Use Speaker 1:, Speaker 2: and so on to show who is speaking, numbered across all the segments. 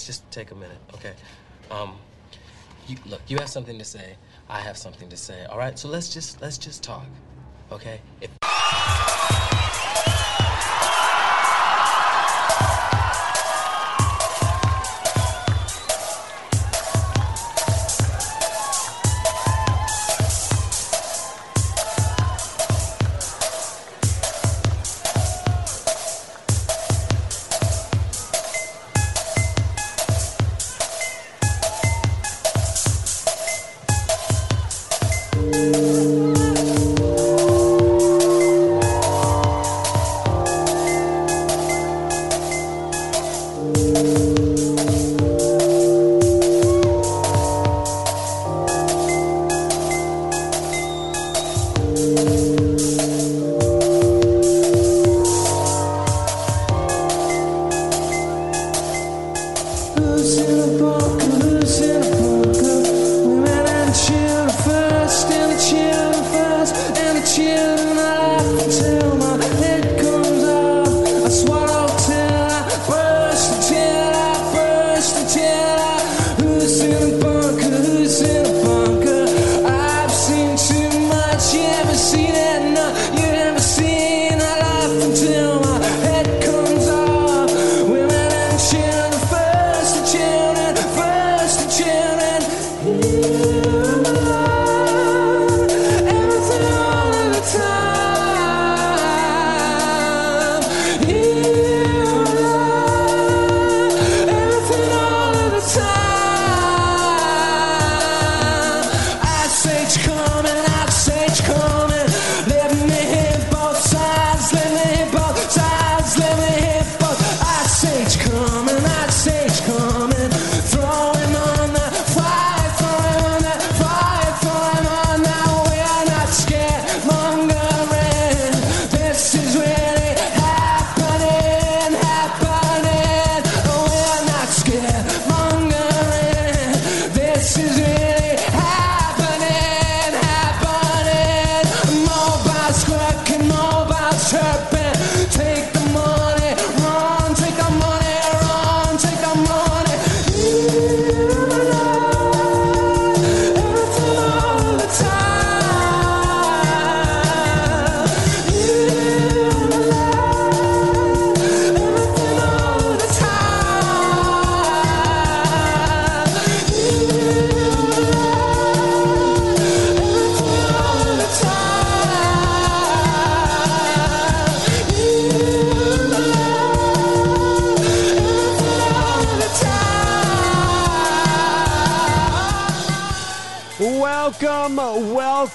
Speaker 1: just take a minute, okay? Um, you, look, you have something to say. I have something to say. All right, so let's just let's just talk, okay? If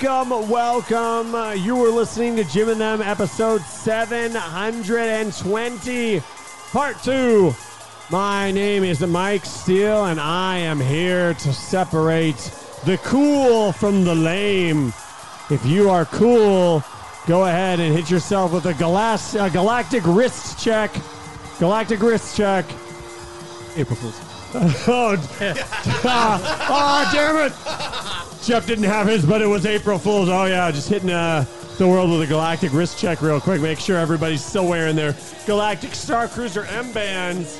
Speaker 2: welcome. Uh, you were listening to Jim and Them episode 720, part two. My name is Mike Steele, and I am here to separate the cool from the lame. If you are cool, go ahead and hit yourself with a galas- uh, galactic wrist check. Galactic wrist check.
Speaker 3: April Fool's.
Speaker 2: oh, oh, damn it! Jeff didn't have his, but it was April Fool's. Oh yeah, just hitting uh, the world with a galactic wrist check real quick. Make sure everybody's still wearing their galactic Star Cruiser M bands.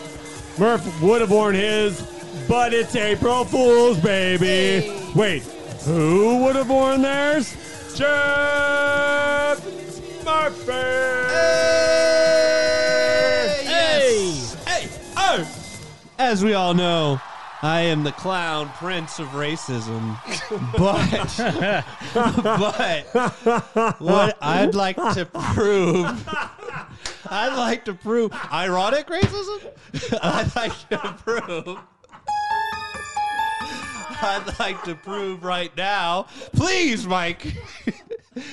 Speaker 2: Murph would have worn his, but it's April Fool's, baby. Hey. Wait, who would have worn theirs? Jeff Murphy.
Speaker 3: Hey. Yes.
Speaker 4: Hey. hey. Oh.
Speaker 3: As we all know, I am the clown prince of racism. But but what I'd like to prove I'd like to prove ironic racism? I'd like to prove I'd like to prove right now. Please, Mike.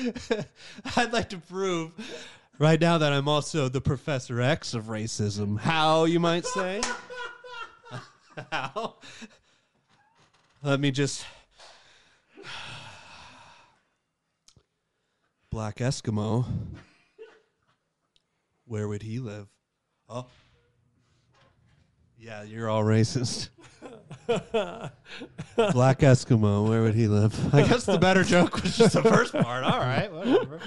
Speaker 3: I'd like to prove right now that I'm also the Professor X of racism. How you might say? How? Let me just. Black Eskimo. Where would he live? Oh. Yeah, you're all racist. Black Eskimo, where would he live? I guess the better joke was just the first part. All right, whatever.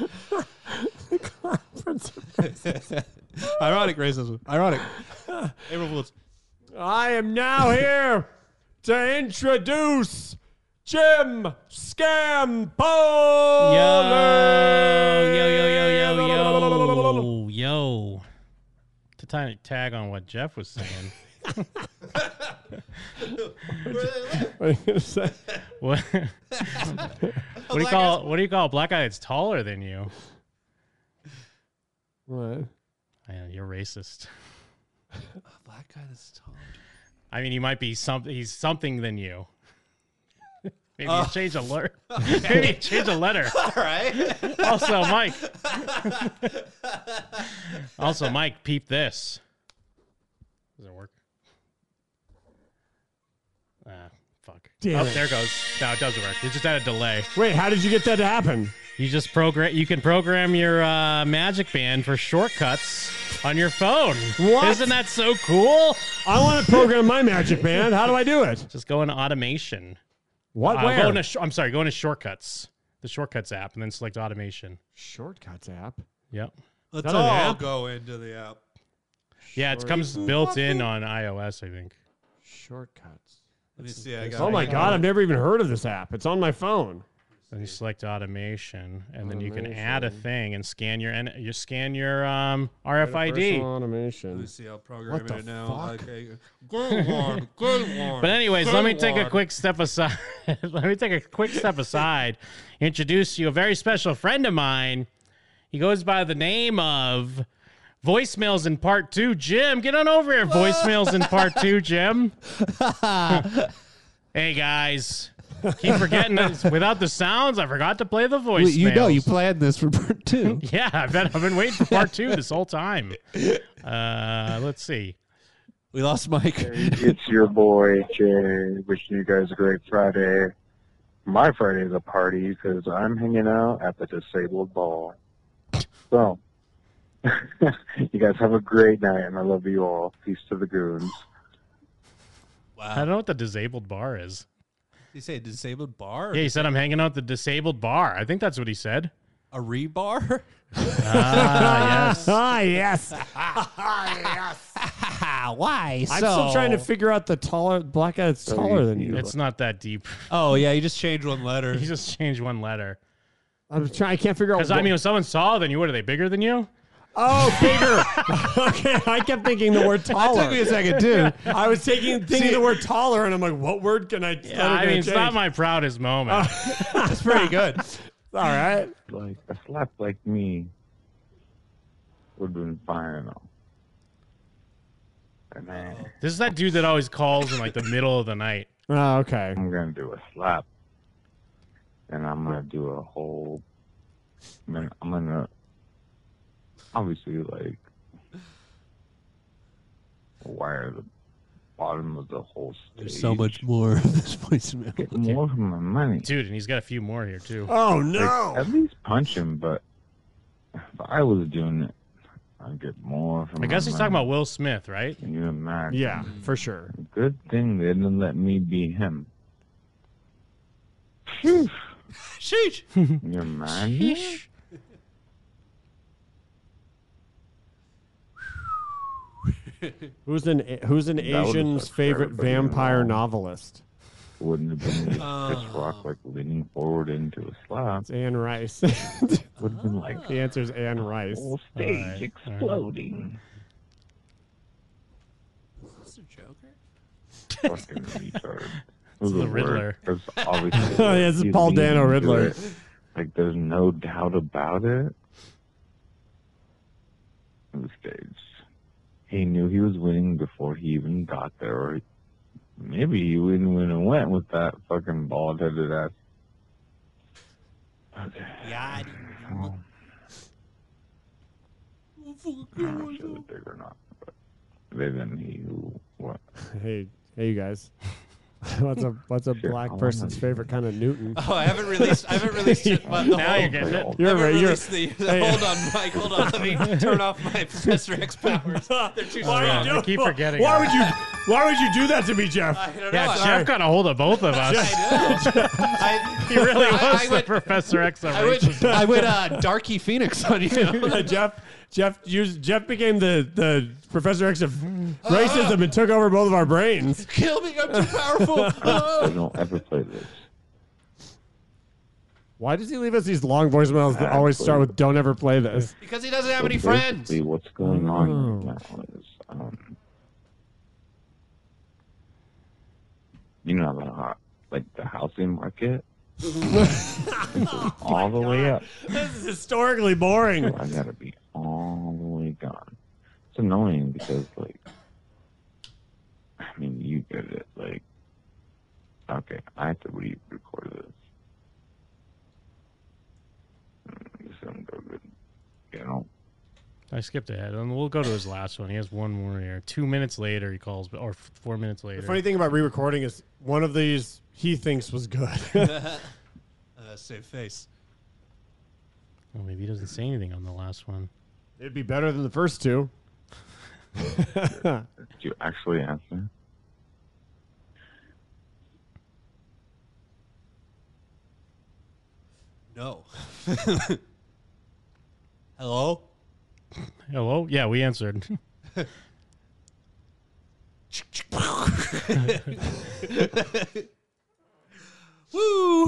Speaker 3: Ironic racism. Ironic. April Fool's.
Speaker 5: I am now here to introduce Jim Scampoli.
Speaker 6: Yo, yo, yo, yo, yo, yo, yo. To ti- tag on what Jeff was saying,
Speaker 5: What are you gonna say?
Speaker 6: what, what do you call what do you call a black guy that's taller than you?
Speaker 5: What?
Speaker 6: Man, you're racist.
Speaker 3: Black guy that's tall.
Speaker 6: I mean, he might be something. He's something than you. Maybe you change a letter. Maybe you change a letter.
Speaker 3: Oh. All right.
Speaker 6: Also, Mike. also, Mike. Peep this. Does it work? Ah, fuck.
Speaker 5: Damn
Speaker 6: oh,
Speaker 5: it.
Speaker 6: there it goes. No, it does work. It just had a delay.
Speaker 5: Wait, how did you get that to happen?
Speaker 6: You just program. You can program your uh, Magic Band for shortcuts on your phone.
Speaker 5: What?
Speaker 6: Isn't that so cool?
Speaker 5: I want to program my magic band. How do I do it?
Speaker 6: Just go into automation.
Speaker 5: What?
Speaker 6: Uh, go
Speaker 5: Where?
Speaker 6: into sh- I'm sorry, go into shortcuts, the shortcuts app, and then select automation.
Speaker 5: Shortcuts app.
Speaker 6: Yep.
Speaker 3: Let's
Speaker 5: that an
Speaker 3: all
Speaker 5: app?
Speaker 3: go into the app.
Speaker 6: Yeah, it comes built in on iOS, I think.
Speaker 5: Shortcuts.
Speaker 3: Let me see. I got
Speaker 5: Oh my
Speaker 3: it.
Speaker 5: god, I've never even heard of this app. It's on my phone.
Speaker 6: Then you select automation, and then you can
Speaker 5: Automation.
Speaker 6: add a thing and scan your and you scan your um,
Speaker 5: Personal
Speaker 6: RFID.
Speaker 3: Let me
Speaker 5: automation.
Speaker 3: see. I'll program
Speaker 5: What the
Speaker 3: it now.
Speaker 5: fuck?
Speaker 3: Okay. Good one. Good one.
Speaker 6: But anyways, let me take a
Speaker 3: Lord.
Speaker 6: quick step aside. let me take a quick step aside. Introduce you a very special friend of mine. He goes by the name of Voicemails in Part Two. Jim, get on over here. Voicemails in Part Two, Jim. hey guys, keep forgetting this. Without the sounds, I forgot to play the voicemails.
Speaker 7: Wait, you know, you planned this for part two.
Speaker 6: Yeah, I bet I've been waiting for part two this whole time. Uh, let's see.
Speaker 7: We lost Mike.
Speaker 8: it's your boy Jay. Wishing you guys a great Friday. My Friday's a party because I'm hanging out at the disabled ball. So, you guys have a great night, and I love you all. Peace to the goons.
Speaker 6: I don't know what the disabled bar is.
Speaker 3: You say a disabled bar? or
Speaker 6: Yeah, he said I'm hanging out at the disabled bar. I think that's what he said.
Speaker 3: A rebar?
Speaker 6: Ah, yes.
Speaker 5: Ah yes.
Speaker 7: Why?
Speaker 5: I'm still trying to figure out the taller black guy that's taller than you.
Speaker 6: It's not that deep.
Speaker 3: Oh yeah, you just change one letter.
Speaker 6: You just change one letter.
Speaker 5: I'm trying. I can't figure out.
Speaker 6: Because I
Speaker 5: what-
Speaker 6: mean, if someone's taller than you, what are they bigger than you?
Speaker 5: oh, bigger. okay, I kept thinking the word
Speaker 7: Took me
Speaker 5: taller.
Speaker 7: a second too.
Speaker 5: I was taking thinking the word taller, and I'm like, what word can I?
Speaker 6: Yeah, I mean, it's not my proudest moment.
Speaker 3: Oh.
Speaker 5: That's pretty good. All right.
Speaker 8: Like a slap like me would have been final. And I,
Speaker 6: this is that dude that always calls in like the middle of the night.
Speaker 5: Oh, okay.
Speaker 8: I'm gonna do a slap, and I'm gonna do a whole. I'm gonna, I'm gonna obviously like wire the bottom of the whole stage.
Speaker 7: There's so much more of this voicemail.
Speaker 8: more for my money.
Speaker 6: Dude, and he's got a few more here too.
Speaker 5: Oh
Speaker 8: Like,
Speaker 5: no.
Speaker 8: At least punch him, but if I was doing it, I'd get more from.
Speaker 6: I guess he's talking about Will Smith, right?
Speaker 8: Can you imagine?
Speaker 5: Yeah, for sure.
Speaker 8: Good thing they didn't let me be him.
Speaker 3: Sheesh.
Speaker 8: Can you imagine?
Speaker 5: Who's an Who's an
Speaker 8: That would've
Speaker 5: Asian's
Speaker 8: sucked for
Speaker 5: favorite
Speaker 8: everybody
Speaker 5: vampire
Speaker 8: involved.
Speaker 5: novelist?
Speaker 8: Wouldn't have been just Chris Rock like leaning forward into a slap.
Speaker 5: It's Anne Rice. the
Speaker 8: Would have been like
Speaker 5: answer is Anne Rice.
Speaker 8: whole stage
Speaker 6: Alright,
Speaker 8: exploding.
Speaker 3: That's a Joker.
Speaker 8: Fucking retard. It's
Speaker 6: the Riddler.
Speaker 8: There's obviously
Speaker 5: Oh, Yeah, it's
Speaker 8: he
Speaker 5: Paul
Speaker 8: leaned
Speaker 5: Dano
Speaker 8: into
Speaker 5: Riddler.
Speaker 8: it. Like there's no doubt about it. On the stage, he knew he was winning before he even got there. Or maybe he wouldn't win and went with that fucking bald-headed ass. Okay.
Speaker 3: Yeah. I didn't-
Speaker 8: well,
Speaker 3: Oh,
Speaker 8: I'm not sure that they were not. But they didn't. He who what?
Speaker 5: Hey, hey, you guys. What's a What's a
Speaker 8: Sure,
Speaker 5: black
Speaker 8: I'll
Speaker 5: person's
Speaker 8: let you.
Speaker 5: favorite kind of Newton?
Speaker 3: Oh, I haven't released. I haven't released it. But the
Speaker 6: Now
Speaker 3: whole,
Speaker 6: you're getting it.
Speaker 5: You're
Speaker 3: I haven't
Speaker 5: right. You're.
Speaker 3: released the, the-
Speaker 5: Hey.
Speaker 3: Hold on, Mike. Hold on. Let me turn off my Professor X powers. They're too strong.
Speaker 6: you doing- I keep forgetting
Speaker 5: Why
Speaker 6: it.
Speaker 5: would you? Why would you do that to me, Jeff?
Speaker 3: I don't
Speaker 6: Yeah,
Speaker 3: know.
Speaker 6: Jeff
Speaker 3: I,
Speaker 6: got a hold of both of us.
Speaker 3: I know. I,
Speaker 6: He really was
Speaker 3: I, I
Speaker 6: the
Speaker 3: would,
Speaker 6: Professor X. of
Speaker 3: I would,
Speaker 6: racism.
Speaker 3: I would, uh, Darky Phoenix on you.
Speaker 5: Jeff. Jeff used, Jeff became the, the Professor X of racism and took over both of our brains.
Speaker 3: Uh, Kill me, I'm too powerful.
Speaker 8: I don't ever play this.
Speaker 5: Why does he leave us these long voicemails that always start with "Don't ever play this"? Oh.
Speaker 3: because he doesn't have any
Speaker 8: But
Speaker 3: friends.
Speaker 8: basically What's going on right now is, um, you know, the hot, like the housing market, all the way up.
Speaker 5: This is historically boring.
Speaker 8: I gotta be all the way gone. It's annoying because, like, I mean, you did it. Like, okay, I have to re-record this. Mm, This isn't go good. You know,
Speaker 6: I skipped ahead, and we'll go to his last one. He has one more here. Two minutes later, he calls, or f- four minutes later.
Speaker 5: The funny thing about re-recording is one of these he thinks was good.
Speaker 3: Uh, save face.
Speaker 6: Oh, maybe he doesn't say anything on the last one.
Speaker 5: It'd be better than the first two.
Speaker 8: did you actually answer?
Speaker 3: No. Hello?
Speaker 6: Hello? Yeah, we answered.
Speaker 3: Woo!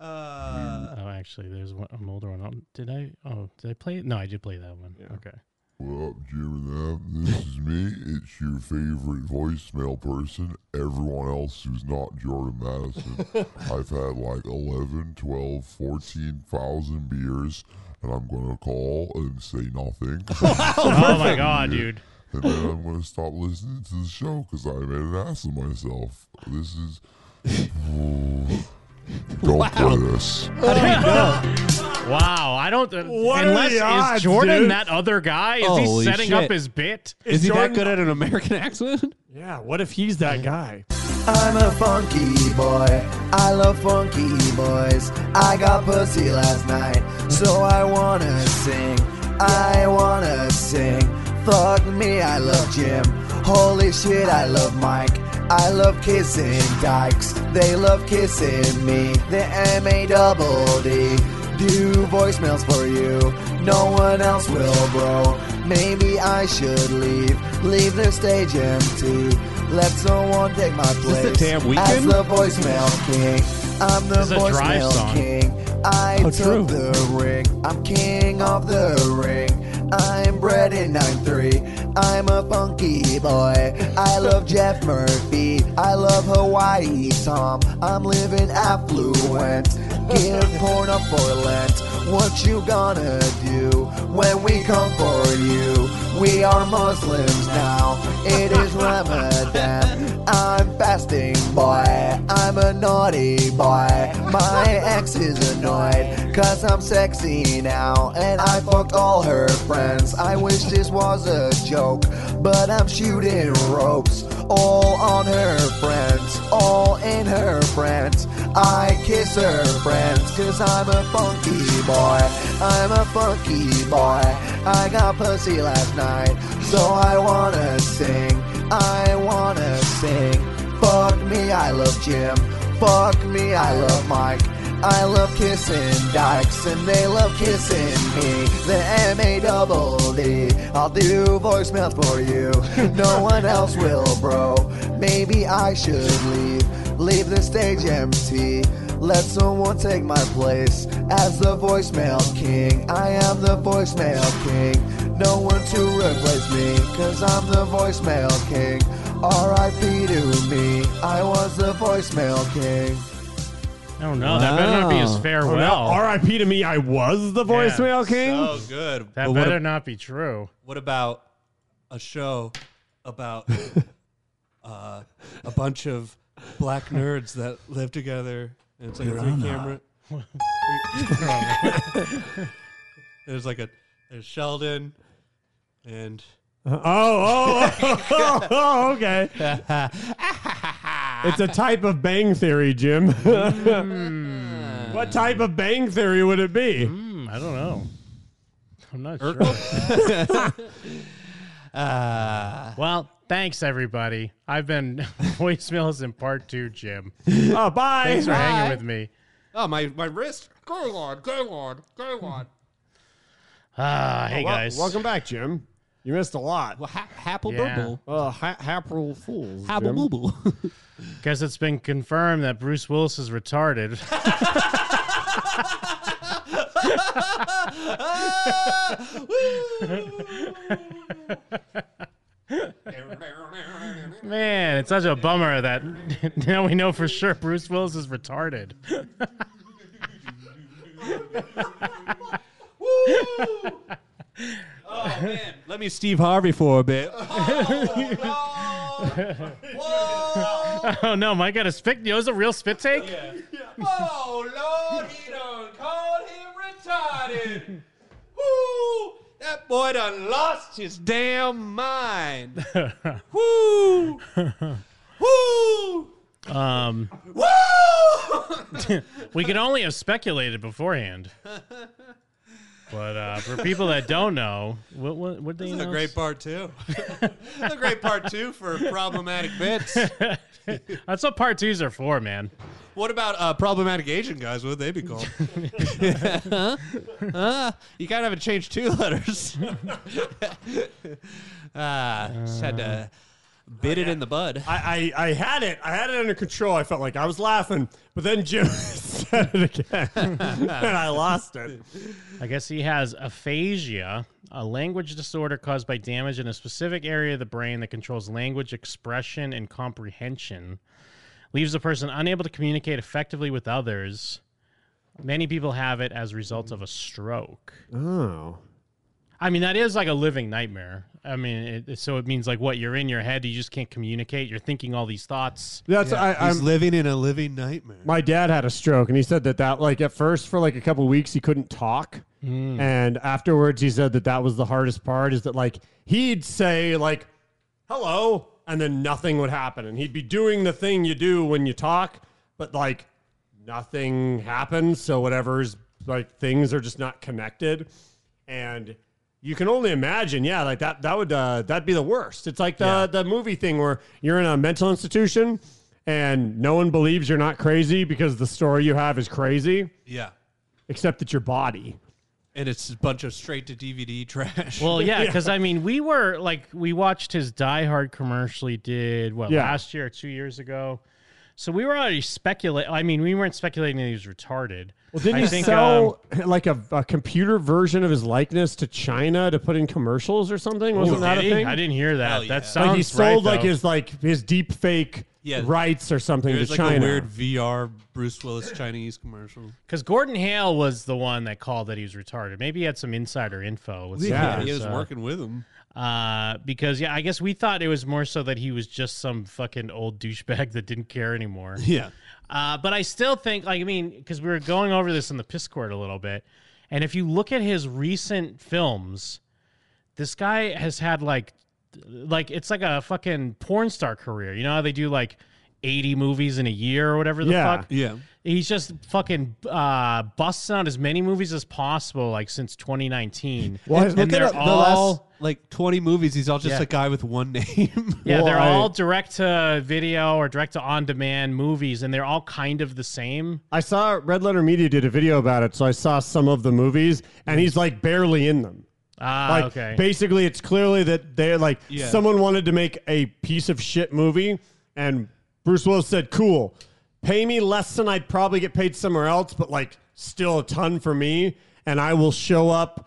Speaker 7: Uh,
Speaker 6: oh, actually, there's one, an older one. Oh, Did I? Oh, did I play it? No, I did play that one. Okay.
Speaker 9: What up, Jim and them? This is me. It's your favorite voicemail person. Everyone else who's not Jordan Madison. I've had like 11, 12, 14,000 beers, and I'm going to call and say nothing.
Speaker 6: Oh my god, dude.
Speaker 9: and then I'm going to stop listening to the show because I made an ass of myself. This is. Don't play this.
Speaker 6: Wow, I don't. uh,
Speaker 5: What are
Speaker 6: unless
Speaker 5: the odds,
Speaker 6: is Jordan
Speaker 5: dude?
Speaker 6: that other guy? Is he
Speaker 7: Holy
Speaker 6: setting
Speaker 7: shit.
Speaker 6: up his bit?
Speaker 7: Is he
Speaker 5: Jordan-
Speaker 7: that good at an American accent?
Speaker 5: Yeah, what if he's that guy?
Speaker 10: I'm a funky boy. I love funky boys. I got pussy last night, so I wanna sing. I wanna sing. Fuck me, I love Jim. Holy shit, I love Mike. I love kissing dykes. They love kissing me. The M A double D. Do voicemails for you. No one else will, bro. Maybe I should leave. Leave the stage empty. Let someone take my place.
Speaker 7: this the damn weekend?
Speaker 10: As the voicemail king. I'm the
Speaker 6: This is a drive
Speaker 10: voicemail
Speaker 6: song.
Speaker 10: king. I
Speaker 7: Oh,
Speaker 10: took
Speaker 7: true.
Speaker 10: the ring. I'm king of the ring. I'm bred in 9-3. I'm a funky boy. I love Jeff Murphy. I love Hawaii Tom. I'm living affluent. Give porn up for Lent. What you gonna do when we come for you? We are Muslims now. It is Ramadan. I'm fasting, boy. I'm a naughty boy. My ex is annoyed, cause I'm sexy now. And I fucked all her friends. I wish this was a joke, but I'm shooting ropes. All on her friends, all in her friends. I kiss her friends, cause I'm a funky boy. I'm a funky boy. I got pussy last night, so I wanna sing. I wanna sing. Fuck me, I love Jim. Fuck me, I love Mike. I love kissing dykes and they love kissing me. The M A double D. I'll do voicemail for you. No one else will, bro. Maybe I should leave. Leave the stage empty. Let someone take my place as the voicemail king. I am the voicemail king. No one to replace me, cause I'm the voicemail king. RIP to me, I was the voicemail king.
Speaker 6: I don't know. That better not be his
Speaker 7: Wow.
Speaker 5: Oh,
Speaker 6: farewell.
Speaker 5: now, R.I.P. to me. I was the voicemail king.
Speaker 3: Oh, good.
Speaker 6: That
Speaker 3: But what,
Speaker 6: better
Speaker 3: ab-
Speaker 6: not be true.
Speaker 3: what about a show about uh, a bunch of black nerds that live together? And it's like a three camera. there's like a there's Sheldon and
Speaker 5: Oh, oh, oh, oh, okay. it's a type of bang theory, Jim. what type of bang theory would it be?
Speaker 6: Hmm, I don't know. I'm not
Speaker 5: Er-
Speaker 6: sure.
Speaker 5: Uh,
Speaker 6: well, thanks everybody. I've been voicemails in part two, Jim.
Speaker 5: Oh, bye.
Speaker 6: Thanks for hanging with me.
Speaker 3: oh my my wrist. Go on, go on, go on.
Speaker 6: Ah, hey
Speaker 5: Well,
Speaker 6: guys.
Speaker 5: welcome back, Jim. You missed a lot.
Speaker 7: Well, ha- Happle
Speaker 6: Yeah.
Speaker 7: Burble.
Speaker 5: Uh, ha- April Fools.
Speaker 7: Happle
Speaker 5: Jim.
Speaker 7: Booble.
Speaker 6: Guess it's been confirmed that Bruce Willis is retarded. Man, it's such a bummer that now we know for sure Bruce Willis is retarded.
Speaker 3: Oh, Let me Steve Harvey for a bit.
Speaker 6: Oh no, Mike got a spit. You know, it was a real spit take.
Speaker 3: Oh Lord, he done called him retarded. Woo! That boy done lost his damn mind. Woo! Woo!
Speaker 6: Um,
Speaker 3: Woo!
Speaker 6: we could only have speculated beforehand. But uh, for people that don't know, what what what they
Speaker 3: That's a
Speaker 6: announce?
Speaker 3: great part two. That's a great part two for problematic bits.
Speaker 6: That's what part twos are for, man.
Speaker 3: What about uh, problematic Asian guys? What would they be called? Huh? you kind of have to change two letters. Ah, just had to bit it in the bud.
Speaker 5: I, I, I had it. I had it under control. I felt like I was laughing, but then Jim said it again, and I lost it.
Speaker 6: I guess he has aphasia, a language disorder caused by damage in a specific area of the brain that controls language expression and comprehension, leaves the person unable to communicate effectively with others. Many people have it as a result of a stroke.
Speaker 5: Oh,
Speaker 6: I mean, that is like a living nightmare. I mean, it, so it means like what you're in your head, you just can't communicate. You're thinking all these thoughts.
Speaker 5: that's I, I'm.
Speaker 3: living in a living nightmare.
Speaker 5: my dad had a stroke, and he said that that like at first for like a couple weeks he couldn't talk,
Speaker 6: Mm.
Speaker 3: Hmm.
Speaker 5: and afterwards he said that that was the hardest part is that like he'd say like hello, and then nothing would happen, and he'd be doing the thing you do when you talk, but like nothing happens, so whatever's like things are just not connected, and you can only imagine yeah like that that would uh, that'd be the worst it's like the the movie thing where you're in a mental institution and no one believes you're not crazy because the story you have is crazy
Speaker 3: yeah.
Speaker 5: except that your body
Speaker 3: And it's a bunch of straight to DVD trash.
Speaker 6: Well, yeah, because I mean, we were like, we watched his Die Hard commercial he did, what,
Speaker 5: Yeah.
Speaker 6: last year or two years ago. So we were already speculating. I mean, we weren't speculating that he was retarded.
Speaker 5: well didn't
Speaker 6: I
Speaker 5: he
Speaker 6: think, um,
Speaker 5: sell like a, a computer version of his likeness to china to put in commercials or something wasn't
Speaker 6: did
Speaker 5: that a
Speaker 6: he?
Speaker 5: thing
Speaker 6: I didn't hear that.
Speaker 3: Hell yeah.
Speaker 6: That sounds
Speaker 5: like he sold
Speaker 6: right,
Speaker 5: like
Speaker 6: though.
Speaker 5: his like his deep fake
Speaker 3: Yeah.
Speaker 5: rights or something
Speaker 3: It
Speaker 5: to
Speaker 3: was like
Speaker 5: china
Speaker 3: a weird VR Bruce Willis Chinese commercial.
Speaker 6: Because Gordon Hale was the one that called that he was retarded. Maybe he had some insider info. With some
Speaker 5: Yeah.
Speaker 6: of
Speaker 3: He
Speaker 6: this,
Speaker 3: was
Speaker 6: uh,
Speaker 3: working with him.
Speaker 6: Uh, because yeah, I guess we thought it was more so that he was just some fucking old douchebag that didn't care anymore.
Speaker 3: Yeah.
Speaker 6: Uh, but I still think, like, I mean, because we were going over this in the piss court a little bit, and if you look at his recent films, this guy has had like, like it's like a fucking porn star career. You know how they do like eighty movies in a year or whatever the
Speaker 5: Yeah.
Speaker 6: fuck.
Speaker 3: Yeah.
Speaker 6: He's just fucking uh, busting out as many movies as possible, like since 2019.
Speaker 5: Well,
Speaker 6: and
Speaker 5: look
Speaker 6: they're
Speaker 3: the
Speaker 6: all
Speaker 3: last like 20 movies, he's all just
Speaker 6: Yeah.
Speaker 3: a guy with one name.
Speaker 6: Yeah, they're
Speaker 5: Why?
Speaker 6: all direct to video or direct to on demand movies, and they're all kind of the same.
Speaker 5: I saw Red Letter Media did a video about it, so I saw some of the movies, and he's like barely in them.
Speaker 6: Hmm. Ah,
Speaker 5: Like
Speaker 6: okay.
Speaker 5: basically, it's clearly that they're like
Speaker 3: Yeah.
Speaker 5: someone wanted to make a piece of shit movie, and Bruce Willis said, "Cool, pay me less than I'd probably get paid somewhere else, but like still a ton for me, and I will show up."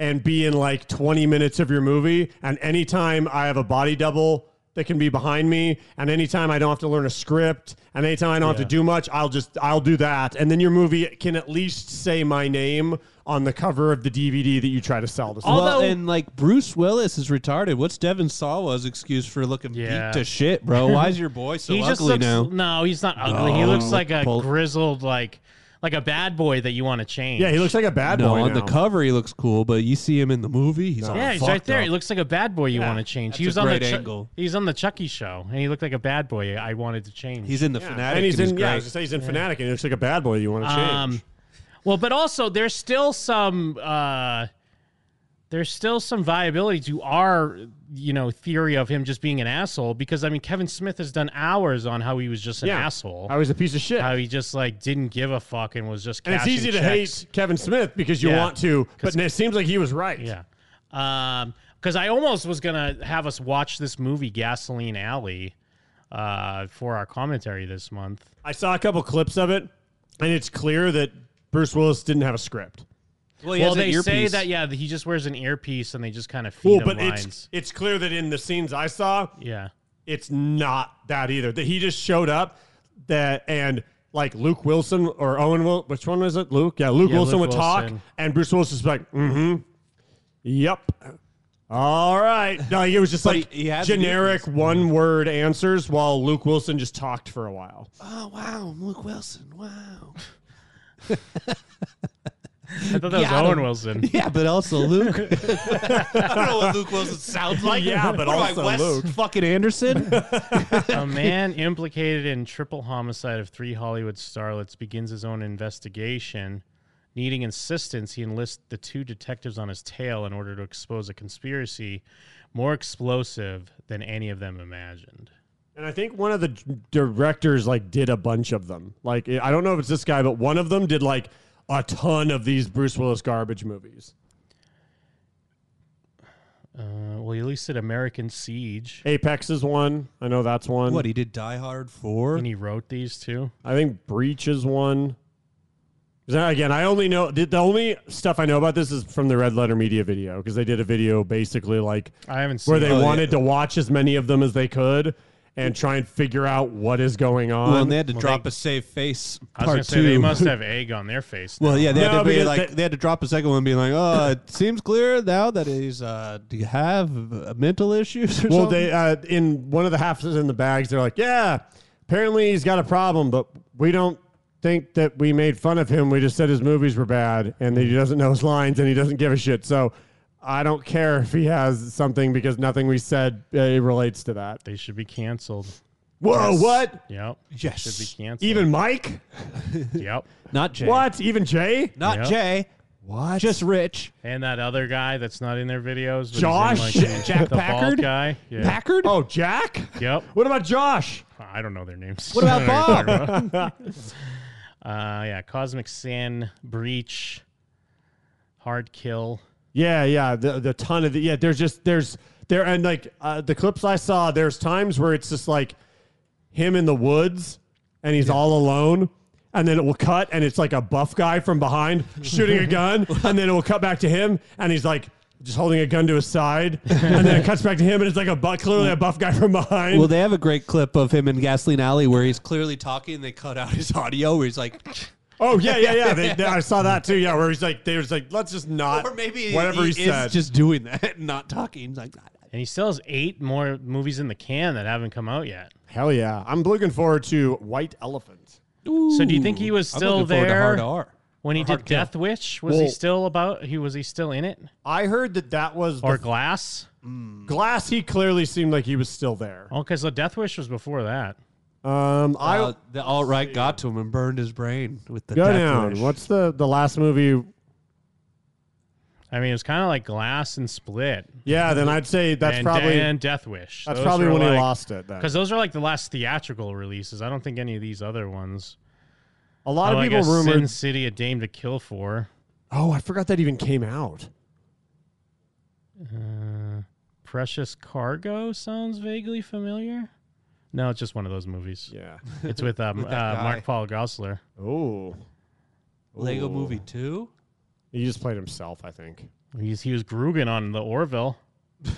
Speaker 5: And be in like 20 minutes of your movie. And anytime I have a body double that can be behind me, and anytime I don't have to learn a script, and anytime I don't have to do much, I'll just I'll do that. And then your movie can at least say my name on the cover of the DVD that you try to sell to someone.
Speaker 6: Although-
Speaker 3: well, and like Bruce Willis is retarded. What's Devin Sawa's excuse for looking
Speaker 6: Yeah.
Speaker 3: beat to shit, bro? Why is your boy so
Speaker 6: he just
Speaker 3: ugly
Speaker 6: looks,
Speaker 3: now? Oh,
Speaker 6: No, he's not ugly. he looks like a
Speaker 3: Pol-
Speaker 6: grizzled, like like a bad boy that you want to change.
Speaker 5: Yeah, he looks like a bad
Speaker 3: No,
Speaker 5: boy
Speaker 3: on
Speaker 5: now.
Speaker 3: the cover he looks cool, but you see him in the movie, he's all
Speaker 6: Yeah, he's right
Speaker 3: fucked
Speaker 6: there.
Speaker 3: up.
Speaker 6: He looks like a bad boy you want to change. he
Speaker 3: that's
Speaker 6: was
Speaker 3: a
Speaker 6: on the
Speaker 3: great
Speaker 6: Chu-
Speaker 3: angle.
Speaker 6: he's on the Chucky show, and he looked like a bad boy I wanted to change.
Speaker 3: He's in the
Speaker 5: Yeah.
Speaker 3: fanatic,
Speaker 5: and he's in. Yeah, I
Speaker 3: great.
Speaker 5: was gonna say he's in Fanatic, and he looks like a bad
Speaker 6: Um,
Speaker 5: boy. You want to change?
Speaker 6: well, but also there's still some uh, there's still some viability to our, you know, theory of him just being an asshole because I mean Kevin Smith has done hours on how he was just an
Speaker 5: Yeah.
Speaker 6: asshole.
Speaker 5: I was a piece of shit.
Speaker 6: how he just like didn't give a fuck and was just
Speaker 5: and it's
Speaker 6: cashing
Speaker 5: easy to
Speaker 6: checks.
Speaker 5: hate Kevin Smith because you
Speaker 6: Yeah.
Speaker 5: want to, but it seems like he was right.
Speaker 6: Yeah. Um, because I almost was gonna have us watch this movie Gasoline Alley, uh, for our commentary this month.
Speaker 5: I saw a couple clips of it, and it's clear that Bruce Willis didn't have a script.
Speaker 3: Well,
Speaker 6: well, they say that yeah, that he just wears an earpiece and they just kind of feed
Speaker 5: Well,
Speaker 6: him
Speaker 5: but
Speaker 6: lines.
Speaker 5: it's it's clear that in the scenes I saw,
Speaker 6: yeah,
Speaker 5: it's not that either. That he just showed up that and like Luke Wilson or Owen Will which one was it? Luke? Yeah, Luke
Speaker 6: Yeah,
Speaker 5: Wilson
Speaker 6: Luke
Speaker 5: would talk
Speaker 6: Wilson.
Speaker 5: and Bruce Willis is like, mm-hmm. Yep. All right. No, it was just
Speaker 3: But
Speaker 5: like
Speaker 3: he- he had to do
Speaker 5: generic one word answers while Luke Wilson just talked for a while.
Speaker 3: Oh wow, I'm Luke Wilson. Wow.
Speaker 6: I thought that was
Speaker 3: Yeah, I
Speaker 6: Owen
Speaker 3: don't-
Speaker 6: Wilson.
Speaker 3: Yeah, but also Luke. I don't know what Luke Wilson sounds like.
Speaker 5: Yeah, but
Speaker 3: What am I,
Speaker 5: also
Speaker 3: Wes
Speaker 5: Luke.
Speaker 3: Fucking Anderson.
Speaker 6: a Oh, man implicated in triple homicide of three Hollywood starlets begins his own investigation. Needing insistence, he enlists the two detectives on his tail in order to expose a conspiracy more explosive than any of them imagined.
Speaker 5: And I think one of the d- directors like did a bunch of them. Like eh, I don't know if it's this guy, but one of them did like a ton of these Bruce Willis garbage movies.
Speaker 6: Uh, well, he at least did American Siege,
Speaker 5: Apex is one. I know that's one.
Speaker 3: what he did Die Hard four.
Speaker 6: and he wrote these two.
Speaker 5: I think Breach is one. 'Cause I- Again, I only know the the only stuff I know about this is from the Red Letter Media video because they did a video basically like
Speaker 6: I haven't seen.
Speaker 5: where they
Speaker 6: it. Oh,
Speaker 3: yeah.
Speaker 5: wanted to watch as many of them as they could and try and figure out what is going on.
Speaker 3: Well, and they had to
Speaker 6: Well,
Speaker 3: drop
Speaker 6: they-
Speaker 3: a safe face.
Speaker 6: I was
Speaker 3: part
Speaker 6: gonna say
Speaker 3: two.
Speaker 6: they must have egg on their face.
Speaker 3: Well,
Speaker 6: now.
Speaker 3: yeah, they
Speaker 5: No,
Speaker 3: had to be
Speaker 5: because
Speaker 3: like
Speaker 5: they-
Speaker 3: they, had to drop a second one, being like, "Oh, it seems clear now that he's uh, do you have uh, mental issues or
Speaker 5: Well,
Speaker 3: something?"
Speaker 5: they uh, in one of the halves in the bags, they're like, yeah, apparently he's got a problem, but we don't think that we made fun of him. We just said his movies were bad and that he doesn't know his lines and he doesn't give a shit. So I don't care if he has something because nothing we said uh, relates to that.
Speaker 6: they should be canceled.
Speaker 5: Whoa, what?
Speaker 6: Yep, should be
Speaker 3: yes,
Speaker 6: canceled.
Speaker 5: Even Mike?
Speaker 6: yep,
Speaker 3: not Jay,
Speaker 5: What? Even Jay?
Speaker 3: not
Speaker 6: Yep.
Speaker 3: Jay, what? Just Rich
Speaker 6: and that other guy that's not in their videos, but he's in,
Speaker 5: Josh?
Speaker 6: like, the-
Speaker 5: Jack
Speaker 6: the
Speaker 5: Packard?
Speaker 6: bald guy. Yeah.
Speaker 5: Packard? Oh, Jack?
Speaker 6: Yep.
Speaker 5: What about Josh?
Speaker 6: I don't know their names.
Speaker 3: What about
Speaker 6: I don't know what you're talking about. uh, yeah, Cosmic Sin, Breach, Hard Kill.
Speaker 5: Yeah, yeah, the the ton of the yeah. There's just there's there and like uh, the clips I saw. There's times where it's just like him in the woods and he's all alone, and then it will cut and it's like a buff guy from behind shooting a gun, and then it will cut back to him and he's like just holding a gun to his side, and then it cuts back to him and it's like a bu- clearly a buff guy from behind.
Speaker 3: Well, they have a great clip of him in Gasoline Alley where he's clearly talking. and They cut out his audio where he's like,
Speaker 5: oh yeah, yeah, yeah. They, they- I saw that too. Yeah, where he's like they was like let's just not
Speaker 3: or maybe
Speaker 5: whatever he,
Speaker 3: he, is
Speaker 5: said.
Speaker 3: just doing that, and not talking. He's like, "Ah,
Speaker 6: And he still has eight more movies in the can that haven't come out yet.
Speaker 5: Hell yeah, I'm looking forward to White Elephant.
Speaker 6: So do you think he was
Speaker 3: I'm
Speaker 6: still
Speaker 3: looking forward to
Speaker 6: there
Speaker 3: Hard R.
Speaker 6: when he did Death Witch? Was he
Speaker 5: Well-
Speaker 6: still about? He was he still in it
Speaker 5: I heard that that was the
Speaker 6: or Glass?
Speaker 5: Mm. Glass, he clearly seemed like he was still there.
Speaker 6: Oh, because the Death Wish was before that.
Speaker 5: Um, I
Speaker 3: Uh, the alt right got to him and burned his brain with the
Speaker 5: go
Speaker 3: death
Speaker 5: down.
Speaker 3: wish.
Speaker 5: What's the the last movie?
Speaker 6: I mean, it was kind of like Glass and Split.
Speaker 5: Yeah, then I'd say that's
Speaker 6: and,
Speaker 5: probably
Speaker 6: and Death Wish.
Speaker 5: that's probably when he lost it. Then
Speaker 6: Because those are like the last theatrical releases. I don't think any of these other ones.
Speaker 5: a lot of
Speaker 6: Oh, I
Speaker 5: people
Speaker 6: guess
Speaker 5: rumored.
Speaker 6: Sin City, a Dame to Kill For.
Speaker 5: Oh, I forgot that even came out.
Speaker 6: Uh, Precious Cargo sounds vaguely familiar. No, it's just one of those movies.
Speaker 5: Yeah.
Speaker 6: It's with, um, uh,
Speaker 3: that guy.
Speaker 6: Mark Paul Gosselaar.
Speaker 5: Oh,
Speaker 3: Lego Movie Two?
Speaker 5: he just played himself, I think.
Speaker 6: He's, he was Grugan on the Orville.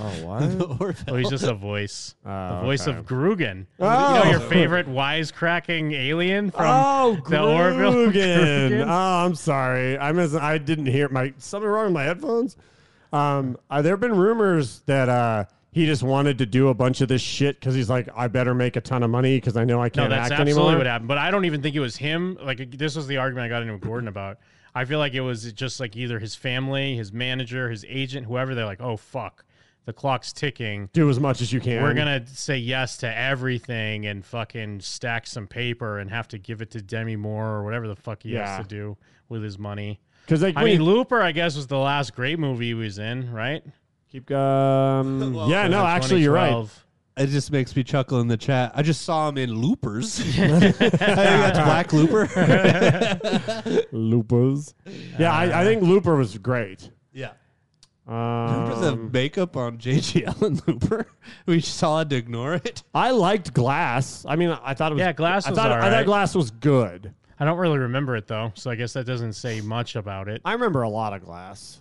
Speaker 5: Oh what?
Speaker 3: Or-
Speaker 6: Oh, he's just a voice.
Speaker 5: Oh,
Speaker 6: the voice
Speaker 5: okay.
Speaker 6: of Grugan. You
Speaker 5: Oh.
Speaker 6: know, your favorite wisecracking alien from
Speaker 5: oh,
Speaker 6: the Orville.
Speaker 5: Grugan.
Speaker 6: Grugan?
Speaker 5: Oh, I'm sorry. I mis- I didn't hear my something wrong with my headphones. Um, uh, there have been rumors that uh, he just wanted to do a bunch of this shit because he's like, I better make a ton of money because I know I
Speaker 6: No,
Speaker 5: can't
Speaker 6: that's
Speaker 5: act
Speaker 6: absolutely
Speaker 5: anymore.
Speaker 6: what happened. But I don't even think it was him. Like this was the argument I got into with Gordon about. I feel like it was just like either his family, his manager, his agent, whoever. They're like, oh fuck, the clock's ticking.
Speaker 5: do as much as you can.
Speaker 6: We're gonna say yes to everything and fucking stack some paper and have to give it to Demi Moore or whatever the fuck he
Speaker 5: Yeah.
Speaker 6: has to do with his money.
Speaker 5: Because like
Speaker 6: I
Speaker 5: we
Speaker 6: mean, Looper, I guess, was the last great movie he was in, right?
Speaker 5: keep. Um,
Speaker 3: Well,
Speaker 5: yeah, no, actually, you're right.
Speaker 6: 2012.
Speaker 3: It just makes me chuckle in the chat. I just saw him in Loopers. I think that's Black Looper.
Speaker 5: Loopers. Yeah, I, I think Looper was great.
Speaker 3: yeah. Remember the
Speaker 5: Um,
Speaker 3: makeup on J.G. Allen Looper? We just all had to ignore it.
Speaker 5: I liked Glass. I mean, I thought it was
Speaker 6: Yeah, Glass
Speaker 5: I
Speaker 6: was
Speaker 5: thought, I
Speaker 6: alright.
Speaker 5: thought Glass was good.
Speaker 6: I don't really remember it though, so I guess that doesn't say much about it.
Speaker 5: I remember a lot of Glass.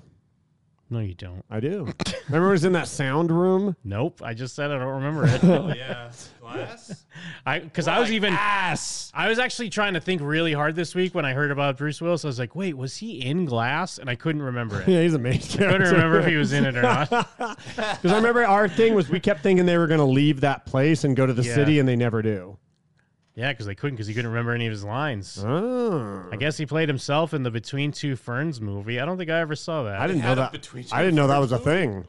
Speaker 6: No, you don't.
Speaker 5: I do. remember it was in that sound room.
Speaker 6: Nope. I just said I don't remember it.
Speaker 3: Yeah. Glass?
Speaker 6: I because I was even
Speaker 3: Ass.
Speaker 6: I was actually trying to think really hard this week when I heard about Bruce Willis. I was like, wait, was he in Glass? And I couldn't remember it.
Speaker 5: Yeah, he's a main character.
Speaker 6: couldn't remember if he was in it or not.
Speaker 5: Because I remember our thing was we kept thinking they were going to leave that place and go to the
Speaker 6: Yeah.
Speaker 5: city, and they never do.
Speaker 6: Yeah, because they couldn't because he couldn't remember any of his lines.
Speaker 5: Oh.
Speaker 6: I guess he played himself in the Between Two Ferns movie. I don't think I ever saw that.
Speaker 5: I
Speaker 6: I,
Speaker 5: didn't know
Speaker 3: had it
Speaker 5: that.
Speaker 3: between
Speaker 5: I didn't know that was a thing.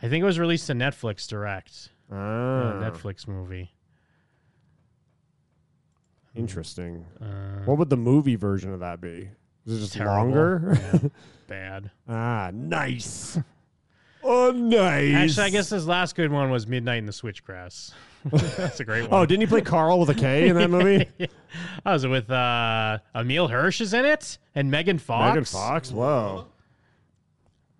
Speaker 6: think it was released to Netflix direct.
Speaker 5: Ah,
Speaker 6: A Netflix movie.
Speaker 5: interesting.
Speaker 6: Uh,
Speaker 5: What would the movie version of that be? Is it just
Speaker 6: Terrible.
Speaker 5: longer?
Speaker 6: bad.
Speaker 5: ah, nice. Oh, nice.
Speaker 6: Actually, I guess his last good one was Midnight in the Switchgrass. That's a great
Speaker 5: Oh,
Speaker 6: one.
Speaker 5: didn't he play Carl with a K in that movie?
Speaker 6: I was it with uh, Emil Hirsch is in it and Megan Fox.
Speaker 5: Megan Fox. Whoa.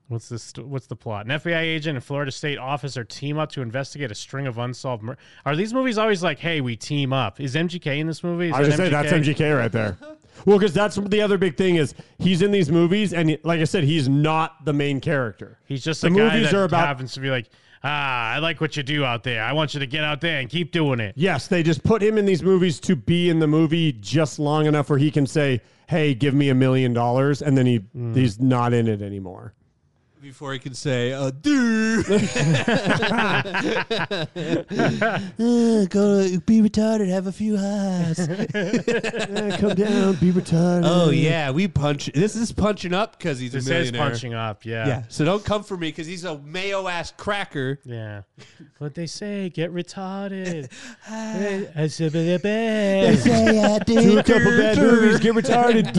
Speaker 6: What's this? What's the plot? An FBI agent and Florida state officer team up to investigate a string of unsolved murders. Are these movies always like, "Hey, we team up"? Is MGK in this movie? Is
Speaker 5: I was
Speaker 6: that
Speaker 5: gonna say that's MGK right there. Well, because that's the other big thing is he's in these movies, and like I said, he's not the main character.
Speaker 6: He's just
Speaker 5: The
Speaker 6: a guy
Speaker 5: movies
Speaker 6: that
Speaker 5: are about-
Speaker 6: happens to be like, "Ah, I like what you do out there. I want you to get out there and keep doing it."
Speaker 5: Yes, they just put him in these movies to be in the movie just long enough where he can say, "Hey, give me a million dollars," and then he he's not in it anymore.
Speaker 3: Before he can say, uh, dude. go to, be retarded, have a few highs.
Speaker 1: Eh,
Speaker 5: come down, be retarded.
Speaker 3: oh, yeah, we punch. This is punching up because he's
Speaker 6: This
Speaker 3: a
Speaker 6: is
Speaker 3: millionaire.
Speaker 6: punching up. Yeah.
Speaker 3: Yeah, so don't come for me because he's a mayo ass cracker.
Speaker 6: Yeah. What they say, get retarded. Hey, I said, "Ba- ba- ba."
Speaker 5: do a couple bad movies, get retarded.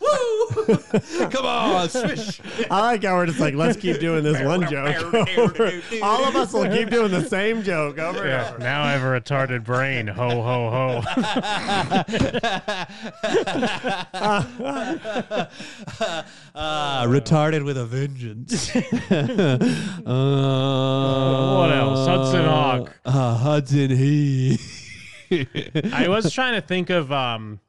Speaker 3: Woo! Come on, swish.
Speaker 5: I like how we're just like, let's keep doing this one joke. over. All of us will keep doing the same joke over and
Speaker 6: Yeah,
Speaker 5: over.
Speaker 6: now I have a retarded brain. Ho ho ho.
Speaker 3: Ah, retarded with a vengeance. Uh,
Speaker 6: What else? Hudson Hawk.
Speaker 3: Uh, Hudson He.
Speaker 6: I was trying to think of um,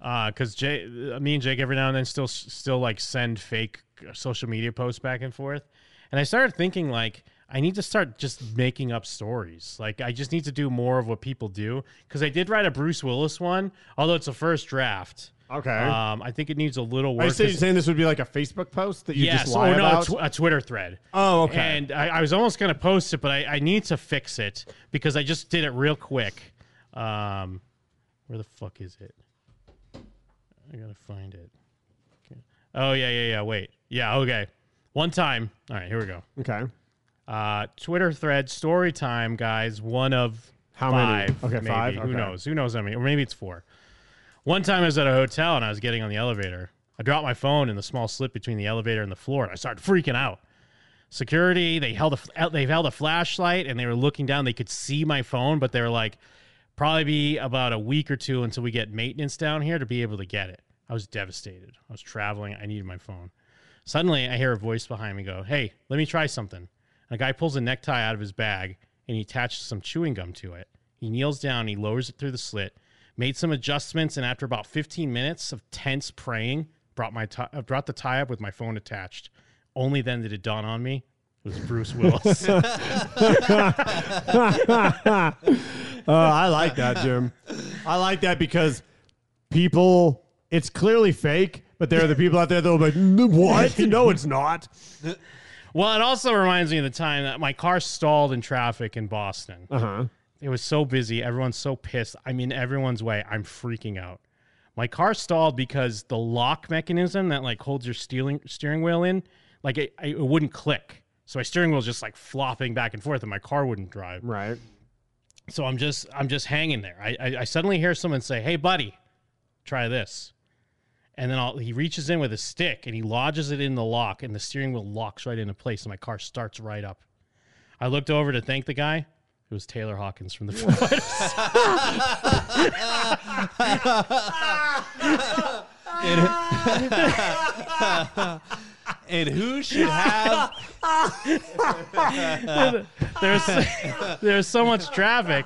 Speaker 6: uh, cause Jay, me and Jake every now and then still still like send fake social media posts back and forth, and I started thinking like I need to start just making up stories. Like I just need to do more of what people do because I did write a Bruce Willis one, although it's a first draft.
Speaker 5: Okay.
Speaker 6: Um, I think it needs a little work.
Speaker 5: I say
Speaker 6: 'cause-
Speaker 5: you're saying this would be like a Facebook post that you
Speaker 6: yes.
Speaker 5: just lie
Speaker 6: oh no,
Speaker 5: about.
Speaker 6: a, tw- a Twitter thread.
Speaker 5: oh, okay.
Speaker 6: And I, I was almost going to post it, but I, I need to fix it because I just did it real quick. Um, where the fuck is it? I got to find it. Okay. Oh, yeah, yeah, yeah. Wait. Yeah, okay. One time. All right, here we go.
Speaker 5: okay.
Speaker 6: Uh, Twitter thread story time, guys. One of
Speaker 5: How many?
Speaker 6: five.
Speaker 5: Okay,
Speaker 6: maybe.
Speaker 5: five? Okay.
Speaker 6: Who knows? Who knows how many? Or maybe it's four. One time I was at a hotel and I was getting on the elevator. I dropped my phone in the small slit between the elevator and the floor, and I started freaking out. Security, they held a they held a flashlight and they were looking down. They could see my phone, but they were like, probably be about a week or two until we get maintenance down here to be able to get it. I was devastated. I was traveling. I needed my phone. Suddenly, I hear a voice behind me go, Hey, let me try something. And a guy pulls a necktie out of his bag and he attaches some chewing gum to it. He kneels down, he lowers it through the slit, made some adjustments, and after about 15 minutes of tense praying, brought, my tie uh, brought the tie up with my phone attached. Only then did it dawn on me it was Bruce
Speaker 5: Oh,
Speaker 6: Willis.
Speaker 5: Uh, I like that, Jim. I like that because people, it's clearly fake, but there are the people out there that will be like, "N- what? No, it's not.
Speaker 6: well, it also reminds me of the time that my car stalled in traffic in Boston.
Speaker 5: Uh huh.
Speaker 6: It was so busy. Everyone's so pissed. I'm in everyone's way. I'm freaking out. My car stalled because the lock mechanism that like holds your stealing, steering wheel in, like it, it wouldn't click. So my steering wheel was just like flopping back and forth, and my car wouldn't drive.
Speaker 5: Right.
Speaker 6: So I'm just I'm just hanging there. I, I I suddenly hear someone say, "Hey, buddy, try this," And then I'll, he reaches in with a stick and he lodges it in the lock, and the steering wheel locks right into place, and my car starts right up. I looked over to thank the guy. It was Taylor Hawkins from the Foo Fighters.
Speaker 3: And who should have
Speaker 6: There's there's so much traffic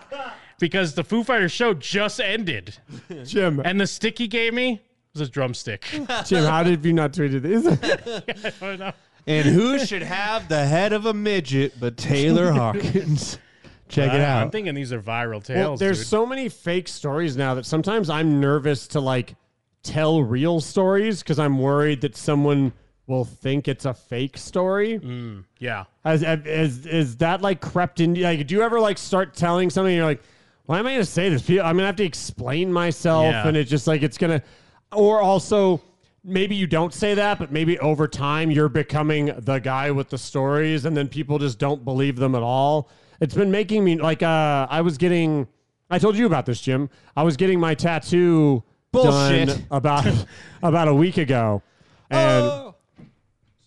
Speaker 6: because the Foo Fighters show just ended,
Speaker 5: Jim,
Speaker 6: and the stick he gave me was a drumstick.
Speaker 5: Jim, how did you not tweet it? Is it?
Speaker 3: and who should have the head of a midget but Taylor Hawkins? Check
Speaker 5: Uh,
Speaker 3: it
Speaker 6: I'm
Speaker 3: out.
Speaker 6: thinking these are viral tales.
Speaker 5: Well, there's
Speaker 6: dude.
Speaker 5: so many fake stories now that sometimes I'm nervous to like tell real stories because I'm worried that someone will think it's a fake story.
Speaker 6: yeah.
Speaker 5: Has, have- is, is that like crept in? Like, do you ever like start telling something? And you're like, why am I going to say this? People- I'm going to have to explain myself.
Speaker 6: Yeah.
Speaker 5: And it's just like, it's going to, or also maybe you don't say that, but maybe over time you're becoming the guy with the stories and then people just don't believe them at all. It's been making me like, uh, I was getting, I told you about this, Jim. I was getting my tattoo
Speaker 3: Bullshit.
Speaker 5: done about, about a week ago. And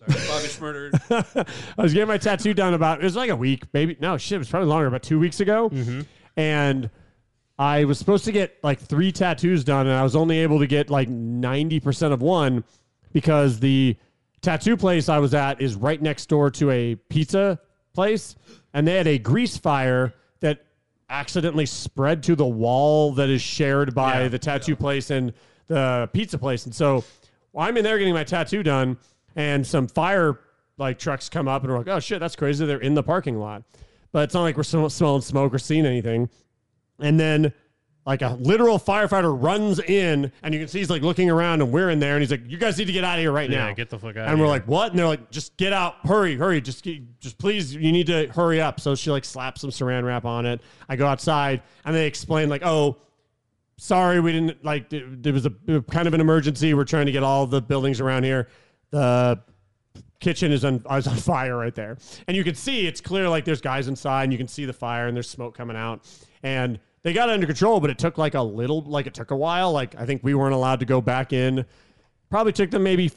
Speaker 7: Bobby Schmurder.
Speaker 5: I was getting my tattoo done about it was like a week, maybe no shit, it was probably longer, about two weeks ago. And I was supposed to get like three tattoos done, and I was only able to get like ninety percent of one because the tattoo place I was at is right next door to a pizza place, and they had a grease fire that accidentally spread to the wall that is shared by the tattoo place and the pizza place. And so well, I'm in there getting my tattoo done, and some fire like trucks come up and we're like, oh shit, that's crazy. They're in the parking lot, but it's not like we're sm- smelling smoke or seeing anything. And then like a literal firefighter runs in, and you can see he's like looking around, and we're in there, and he's like, you guys need to get out of here right
Speaker 6: Yeah,
Speaker 5: now.
Speaker 6: get the fuck out.
Speaker 5: and we're like, what? And they're like, just get out, hurry, hurry, just, get- just please, you need to hurry up. So she like slaps some saran wrap on it. I go outside, and they explain like, oh, sorry, we didn't like. th- There was a kind of an emergency. We're trying to get all the buildings around here. The kitchen is on is on fire right there, and you can see it's clear. Like there's guys inside, and you can see the fire, and there's smoke coming out, and they got it under control. But it took like a little, like it took a while. Like I think we weren't allowed to go back in. Probably took them maybe.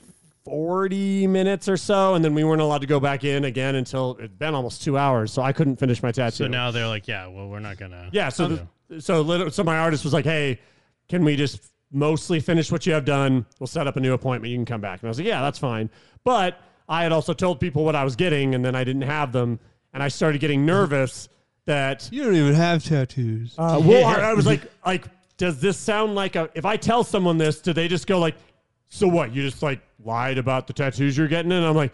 Speaker 5: 40 minutes or so, and then we weren't allowed to go back in again until it'd been almost two hours. So I couldn't finish my tattoo.
Speaker 6: so now they're like, yeah, well, we're not gonna.
Speaker 5: Yeah. So, the, so lit- so my artist was like, "Hey, can we just mostly finish what you have done? We'll set up a new appointment. You can come back." And I was like, "Yeah, that's fine." But I had also told people what I was getting, and then I didn't have them, and I started getting nervous that
Speaker 3: You don't even have tattoos.
Speaker 5: uh, well, I, I was like, like, does this sound like a? If I tell someone this, do they just go like, so what? You just like lied about the tattoos you're getting, and I'm like.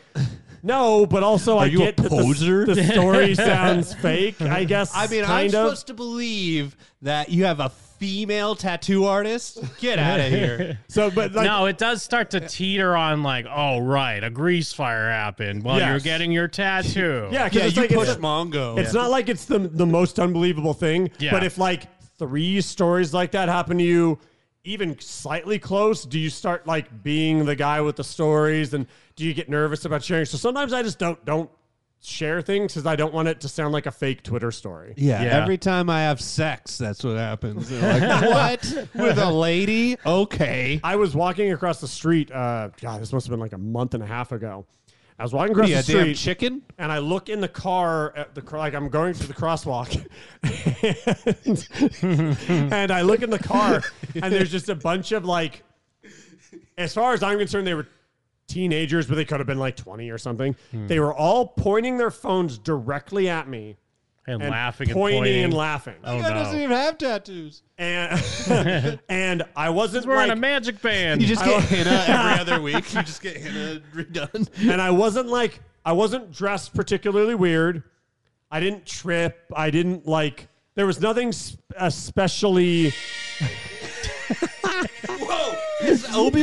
Speaker 5: No, but also I
Speaker 3: you a
Speaker 5: get that the,
Speaker 3: poser?
Speaker 5: the story sounds fake. I guess.
Speaker 3: I mean,
Speaker 5: kind
Speaker 3: I'm
Speaker 5: of.
Speaker 3: supposed to believe that you have a female tattoo artist. Get out of here.
Speaker 5: so, but like,
Speaker 6: no, it does start to teeter on like, oh right, a grease fire happened while you're
Speaker 5: Yes.
Speaker 6: getting your tattoo.
Speaker 5: Yeah, because
Speaker 3: yeah,
Speaker 5: it's
Speaker 3: you
Speaker 5: like
Speaker 3: push
Speaker 5: it's,
Speaker 3: Mongo.
Speaker 5: it's not like it's the the most unbelievable thing.
Speaker 6: Yeah.
Speaker 5: But if like three stories like that happen to you, even slightly close, do you start like being the guy with the stories, and do you get nervous about sharing? So sometimes I just don't don't share things because I don't want it to sound like a fake Twitter story.
Speaker 3: Yeah,
Speaker 6: Yeah.
Speaker 3: every time I have sex, that's what happens. They're like, what? With a lady? Okay.
Speaker 5: I was walking across the street. Uh, God, this must have been like a month and a half ago. I was walking across
Speaker 3: Yeah,
Speaker 5: the street.
Speaker 3: damn chicken.
Speaker 5: and I look in the car at the cr- like I'm going through the crosswalk, and, and I look in the car, and there's just a bunch of like, as far as I'm concerned, they were teenagers, but they could have been like 20 or something.
Speaker 3: Hmm.
Speaker 5: They were all pointing their phones directly at me
Speaker 6: and,
Speaker 5: and
Speaker 6: laughing and
Speaker 5: pointing,
Speaker 6: pointing.
Speaker 5: and laughing,
Speaker 6: Oh
Speaker 3: That doesn't
Speaker 6: no,
Speaker 3: even have tattoos.
Speaker 5: and and I wasn't
Speaker 6: we're in
Speaker 5: like
Speaker 6: a magic band.
Speaker 3: You just get
Speaker 5: I-
Speaker 3: henna every other week. You just get henna redone.
Speaker 5: and I wasn't like I wasn't dressed particularly weird. I didn't trip. I didn't like. There was nothing uh, s- especially.
Speaker 3: Obi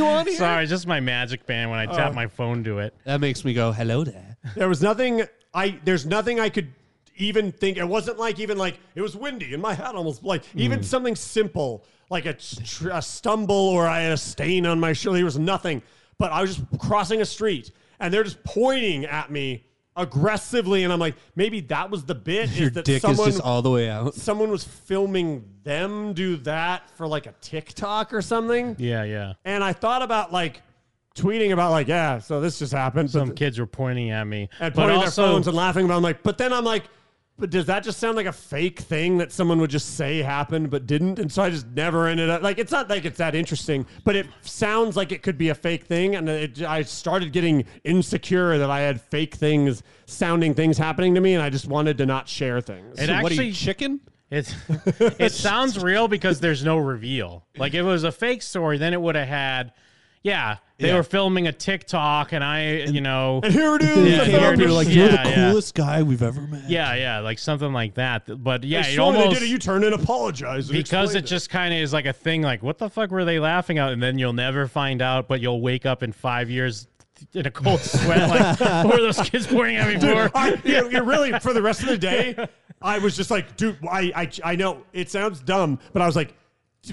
Speaker 3: Wan here?
Speaker 6: Sorry, just my magic band when I
Speaker 5: Oh.
Speaker 6: tap my phone to it.
Speaker 3: That makes me go, hello there.
Speaker 5: There was nothing. I there's nothing I could even think. It wasn't like even like it was windy and my hat almost like
Speaker 3: Hmm.
Speaker 5: even something simple like a, tr- a stumble or I had a stain on my shirt. There was nothing. But I was just crossing a street and they're just pointing at me aggressively, and I'm like, maybe that was the bit.
Speaker 3: Your
Speaker 5: is that
Speaker 3: dick is
Speaker 5: someone,
Speaker 3: just all the way out.
Speaker 5: someone was filming them do that for like a TikTok or something.
Speaker 6: Yeah, yeah.
Speaker 5: And I thought about like tweeting about like, yeah, so this just happened.
Speaker 6: Some
Speaker 5: but,
Speaker 6: kids were pointing at me,
Speaker 5: and
Speaker 6: but
Speaker 5: pointing
Speaker 6: also
Speaker 5: their phones and laughing about. it. I'm like, but then I'm like, but does that just sound like a fake thing that someone would just say happened but didn't? And so I just never ended up like it's not like it's that interesting, but it sounds like it could be a fake thing, and it, I started getting insecure that I had fake things sounding things happening to me, and I just wanted to not share things.
Speaker 6: It
Speaker 3: So what are
Speaker 6: actually-
Speaker 3: you, chicken?
Speaker 6: It's it sounds real because there's no reveal. Like if it was a fake story, then it would have had, yeah, they
Speaker 3: Yeah.
Speaker 6: were filming a TikTok, and I, you know,
Speaker 5: and here it is.
Speaker 6: Yeah,
Speaker 5: I
Speaker 6: here
Speaker 5: found
Speaker 6: it is.
Speaker 5: it.
Speaker 6: like, "You're the Yeah, yeah. coolest
Speaker 3: guy we've ever met.
Speaker 6: yeah, yeah, like something like that. But yeah,
Speaker 5: Hey,
Speaker 6: it
Speaker 5: Sean, they
Speaker 6: almost
Speaker 5: did a U-turn and apologized and
Speaker 6: because
Speaker 5: explained
Speaker 6: it just kind of is like a thing. Like what the fuck were they laughing at? And then you'll never find out, but you'll wake up in five years in a cold sweat. Like what were those kids pointing at me for?
Speaker 5: I, you, you really for the rest of the day, I was just like, dude, I, I I know it sounds dumb, but I was like,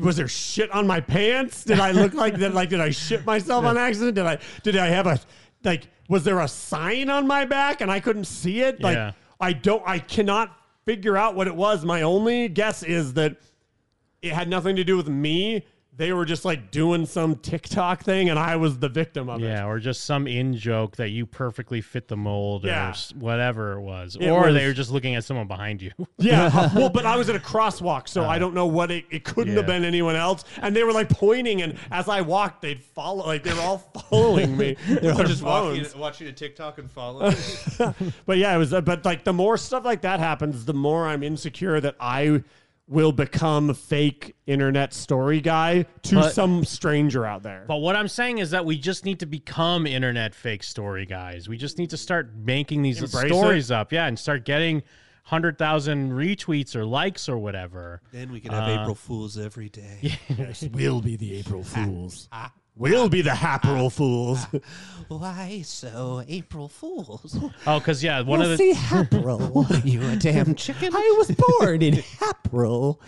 Speaker 5: was there shit on my pants? Did I look like that? Like, did I shit myself on accident? Did I did I have a like? Was there a sign on my back and I couldn't see it? Like,
Speaker 6: Yeah.
Speaker 5: I don't, I cannot figure out what it was. My only guess is that it had nothing to do with me. They were just like doing some TikTok thing, and I was the victim of it.
Speaker 6: Yeah, or just some in joke that you perfectly fit the mold
Speaker 5: Yeah.
Speaker 6: or s- whatever it was.
Speaker 5: It
Speaker 6: or they
Speaker 5: was-
Speaker 6: were just looking at someone behind you.
Speaker 5: Yeah, uh, well, but I was at a crosswalk, so I don't know what it, it couldn't have
Speaker 6: Uh-huh. Yeah.
Speaker 5: been anyone else. And they were like pointing, and as I walked, they'd follow, like they were all following me. they were just
Speaker 7: Walking,
Speaker 5: phones.
Speaker 7: watching a TikTok and following.
Speaker 5: But yeah, it was. Uh, but like the more stuff like that happens, the more I'm insecure that I will become fake internet story guy to
Speaker 6: But-
Speaker 5: some stranger out there.
Speaker 6: But what I'm saying is that we just need to become internet fake story guys. We just need to start making these
Speaker 5: Embrace
Speaker 6: stories up. Yeah, and start getting 100,000 retweets or likes or whatever. Uh,
Speaker 3: Then we can have
Speaker 6: Uh-huh.
Speaker 3: April Fools every day.
Speaker 5: we'll be the April Fools. We'll be the Hapril Fools.
Speaker 3: Why so April Fools?
Speaker 6: Oh, because, yeah, one of the.
Speaker 3: April, you a damn chicken? I was born in April.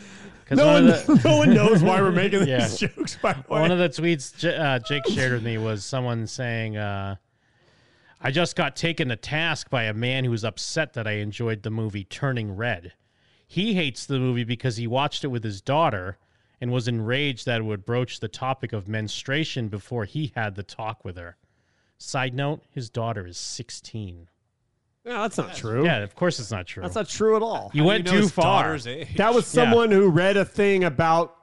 Speaker 6: 'cause
Speaker 5: No
Speaker 6: one
Speaker 5: one,
Speaker 6: of the-
Speaker 5: no one knows why we're making
Speaker 6: Yeah.
Speaker 5: these jokes. By the way,
Speaker 6: One of the tweets J- uh, Jake shared with me was someone saying, uh, I just got taken to task by a man who was upset that I enjoyed the movie Turning Red. He hates the movie because he watched it with his daughter and was enraged that it would broach the topic of menstruation before he had the talk with her. Side note, his daughter is 16.
Speaker 5: no, that's not true.
Speaker 6: Yeah, of course it's not true.
Speaker 5: That's not true at all.
Speaker 6: you went
Speaker 7: You know
Speaker 6: too
Speaker 7: his
Speaker 6: far.
Speaker 7: daughter's age.
Speaker 5: That was
Speaker 6: Yeah.
Speaker 5: someone who read a thing about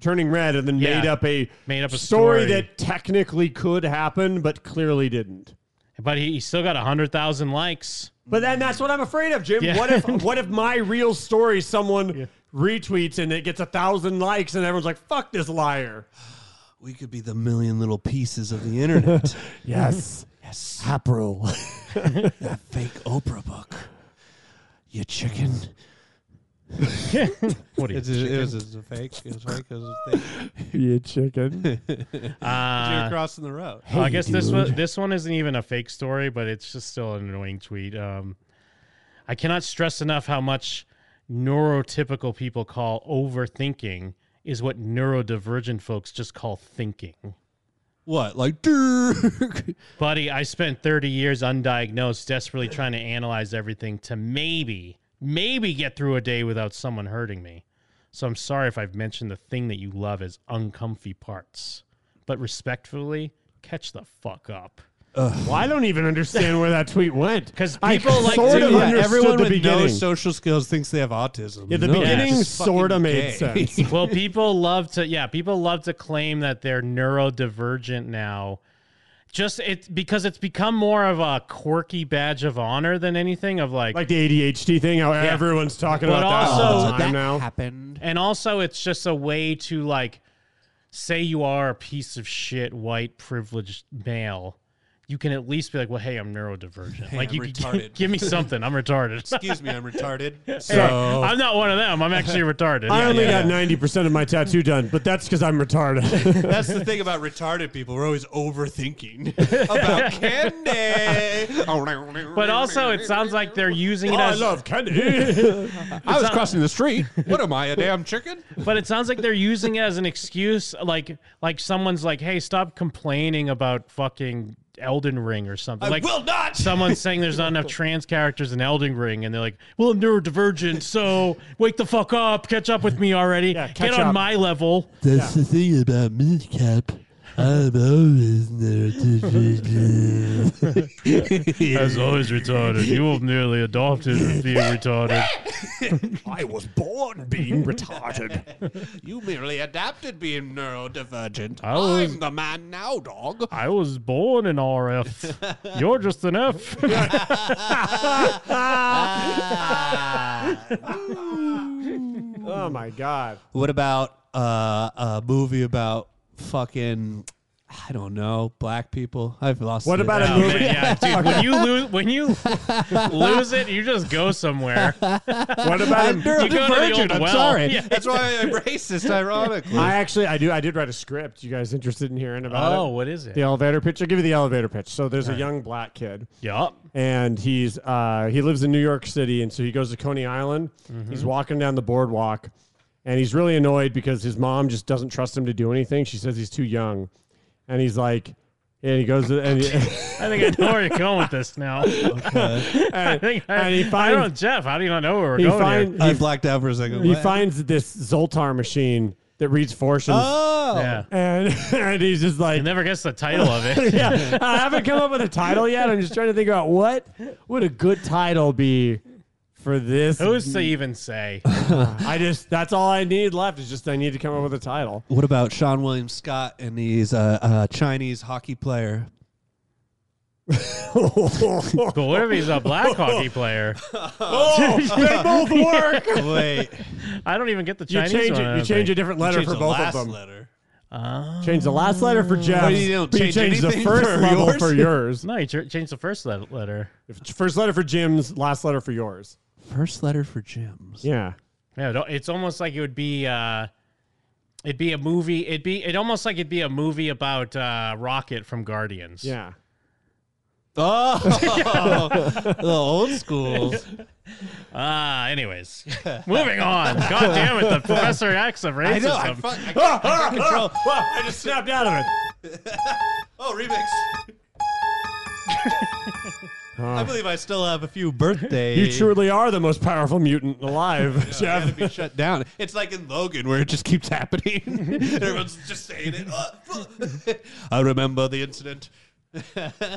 Speaker 5: turning red and then
Speaker 6: Yeah.
Speaker 5: made up a
Speaker 6: Made up a story.
Speaker 5: that technically could happen but clearly didn't.
Speaker 6: But he, he still got 100,000 likes.
Speaker 5: But then that's what I'm afraid of, Jim.
Speaker 6: Yeah.
Speaker 5: What if what if my real story someone retweets and it gets a thousand likes and everyone's like, "Fuck this liar."
Speaker 3: We could be the million little pieces of the internet.
Speaker 5: Yes.
Speaker 3: yes. April. that fake Oprah book. You chicken.
Speaker 6: What do you
Speaker 3: It was, it was, a fake. It was fake. It was a thing.
Speaker 5: you chicken.
Speaker 6: Uh,
Speaker 3: You're crossing the road.
Speaker 6: Well, I guess this one this one isn't even a fake story, but it's just still an annoying tweet. Um, I cannot stress enough how much neurotypical people call overthinking is what neurodivergent folks just call thinking.
Speaker 3: What? Like, "Durr."
Speaker 6: Buddy, I spent 30 years undiagnosed, desperately trying to analyze everything to maybe, maybe get through a day without someone hurting me. So I'm sorry if I've mentioned the thing that you love as uncomfy parts. But respectfully, catch the fuck up.
Speaker 5: well, I don't even understand where that tweet went
Speaker 6: 'Cause
Speaker 5: I
Speaker 6: people like
Speaker 5: sort
Speaker 6: to-
Speaker 5: of
Speaker 6: Yeah,
Speaker 5: understood
Speaker 3: everyone
Speaker 5: the
Speaker 3: with
Speaker 5: beginning.
Speaker 3: no social skills thinks they have autism.
Speaker 5: yeah, the
Speaker 3: No, they're
Speaker 5: beginning
Speaker 3: just
Speaker 5: sort of
Speaker 3: fucking
Speaker 5: made
Speaker 3: gay.
Speaker 5: sense.
Speaker 6: well, people love to, yeah, people love to claim that they're neurodivergent now. Just it because it's become more of a quirky badge of honor than anything of like,
Speaker 5: Like the ADHD thing, how everyone's talking
Speaker 6: But
Speaker 5: about that all
Speaker 6: also-
Speaker 5: the time now.
Speaker 3: happened.
Speaker 6: and also it's just a way to like say you are a piece of shit white privileged male. You can at least be like, well, hey, I'm neurodivergent. like
Speaker 3: I'm
Speaker 6: you can
Speaker 3: retarded.
Speaker 6: give me something. I'm retarded.
Speaker 3: Excuse me, I'm retarded.
Speaker 6: Hey,
Speaker 3: So
Speaker 6: I'm not one of them. I'm actually retarded.
Speaker 5: I
Speaker 6: Yeah,
Speaker 5: only
Speaker 6: yeah.
Speaker 5: got ninety percent of my tattoo done, but that's because I'm retarded.
Speaker 3: that's the thing about retarded people. We're always overthinking about candy.
Speaker 6: But also, it sounds like they're using
Speaker 5: Oh,
Speaker 6: it as
Speaker 5: candy.
Speaker 3: I was crossing the street. What am I, a damn chicken?
Speaker 6: but it sounds like they're using it as an excuse like like someone's like hey stop complaining about fucking Elden Ring or something.
Speaker 3: I
Speaker 6: like
Speaker 3: will not.
Speaker 6: someone's saying there's not enough trans characters in Elden Ring, and they're like, "Well, I'm neurodivergent, so wake the fuck up, catch up with me already,
Speaker 5: Yeah,
Speaker 6: get
Speaker 5: catch
Speaker 6: on
Speaker 5: up."
Speaker 6: my level."
Speaker 11: That's the thing about Midcap. I'm always neurodivergent.
Speaker 6: As always, retarded. You were nearly adopted with being retarded.
Speaker 5: I was born being retarded.
Speaker 3: You merely adapted being neurodivergent.
Speaker 6: I was-
Speaker 3: I'm the man now, dog.
Speaker 6: I was born an RF. You're just an F. Ah.
Speaker 5: Oh my god.
Speaker 3: What about uh, a movie about fucking I don't know black people? I've lost.
Speaker 5: What
Speaker 3: it.
Speaker 5: about a
Speaker 6: Oh,
Speaker 5: movie?
Speaker 6: man, yeah, dude. When you lose, when you lose it, you just go somewhere.
Speaker 5: What about
Speaker 3: I'm
Speaker 5: a
Speaker 6: You go to the old
Speaker 3: neurodivergent. I'm
Speaker 6: well.
Speaker 3: sorry.
Speaker 6: Yeah.
Speaker 3: That's why I'm racist. Ironically,
Speaker 5: I actually, I do, I did write a script. You guys interested in hearing about it?
Speaker 6: Oh, what is it?
Speaker 5: The elevator pitch. I'll give you the elevator pitch. So there's a young black kid,
Speaker 6: Yup.
Speaker 5: and he's uh, he lives in New York City, and so he goes to Coney Island.
Speaker 6: Mm-hmm.
Speaker 5: He's walking down the boardwalk, and he's really annoyed because his mom just doesn't trust him to do anything. She says he's too young, and he's like, and he goes to, and, he,
Speaker 6: I think I know where you're going with this now. I think I,
Speaker 5: and he
Speaker 6: I
Speaker 5: finds-
Speaker 6: don't, Jeff. How do you not know where we're
Speaker 5: he,
Speaker 6: going
Speaker 5: find,
Speaker 6: here?
Speaker 3: I
Speaker 5: he,
Speaker 3: blacked out for a second.
Speaker 5: he
Speaker 3: What?
Speaker 5: finds this Zoltar machine that reads fortunes,
Speaker 3: Oh,
Speaker 6: Yeah.
Speaker 5: and and he's just like,
Speaker 6: You never guess the title of it.
Speaker 5: yeah, I haven't come up with a title yet. I'm just trying to think about what would a good title be for this.
Speaker 6: Who's to even say?
Speaker 5: I just that's all I need left is just I need to come up with a title.
Speaker 3: What about Sean William Scott and he's a, a Chinese hockey player?
Speaker 6: But what if he's a black hockey player?
Speaker 5: Oh, they both work.
Speaker 3: Wait,
Speaker 6: I don't even get the
Speaker 5: You
Speaker 6: Chinese
Speaker 5: change
Speaker 6: one.
Speaker 5: it. You change a different letter
Speaker 3: Change
Speaker 5: for
Speaker 3: the
Speaker 5: both of
Speaker 3: last
Speaker 5: them.
Speaker 3: letter.
Speaker 6: Uh,
Speaker 5: Change the last letter for Jeff.
Speaker 3: But you don't change
Speaker 5: the
Speaker 3: anything
Speaker 5: first
Speaker 3: for
Speaker 5: level
Speaker 3: yours?
Speaker 5: for yours.
Speaker 6: no, you ch- change the first le- letter.
Speaker 5: If- First letter for Jim's. Last letter for yours.
Speaker 3: First letter for Jim's.
Speaker 5: Yeah.
Speaker 6: Yeah, it- it's almost like it would be. Uh, it'd be a movie. It'd be. It almost like it'd be a movie about uh, Rocket from Guardians.
Speaker 5: Yeah.
Speaker 3: Oh, the old school.
Speaker 6: Ah, anyways, moving on. God damn it, the Professor X of racism.
Speaker 3: I know. I, fuck, I, can't- I can't control.
Speaker 5: I just snapped out of it.
Speaker 3: Oh, remix. I believe I still have a few birthdays.
Speaker 5: You truly are the most powerful mutant alive,
Speaker 3: I gotta
Speaker 5: Jeff.
Speaker 3: be shut down. It's like in Logan where it just keeps happening. And Everyone's just saying it. Uh, I remember the incident.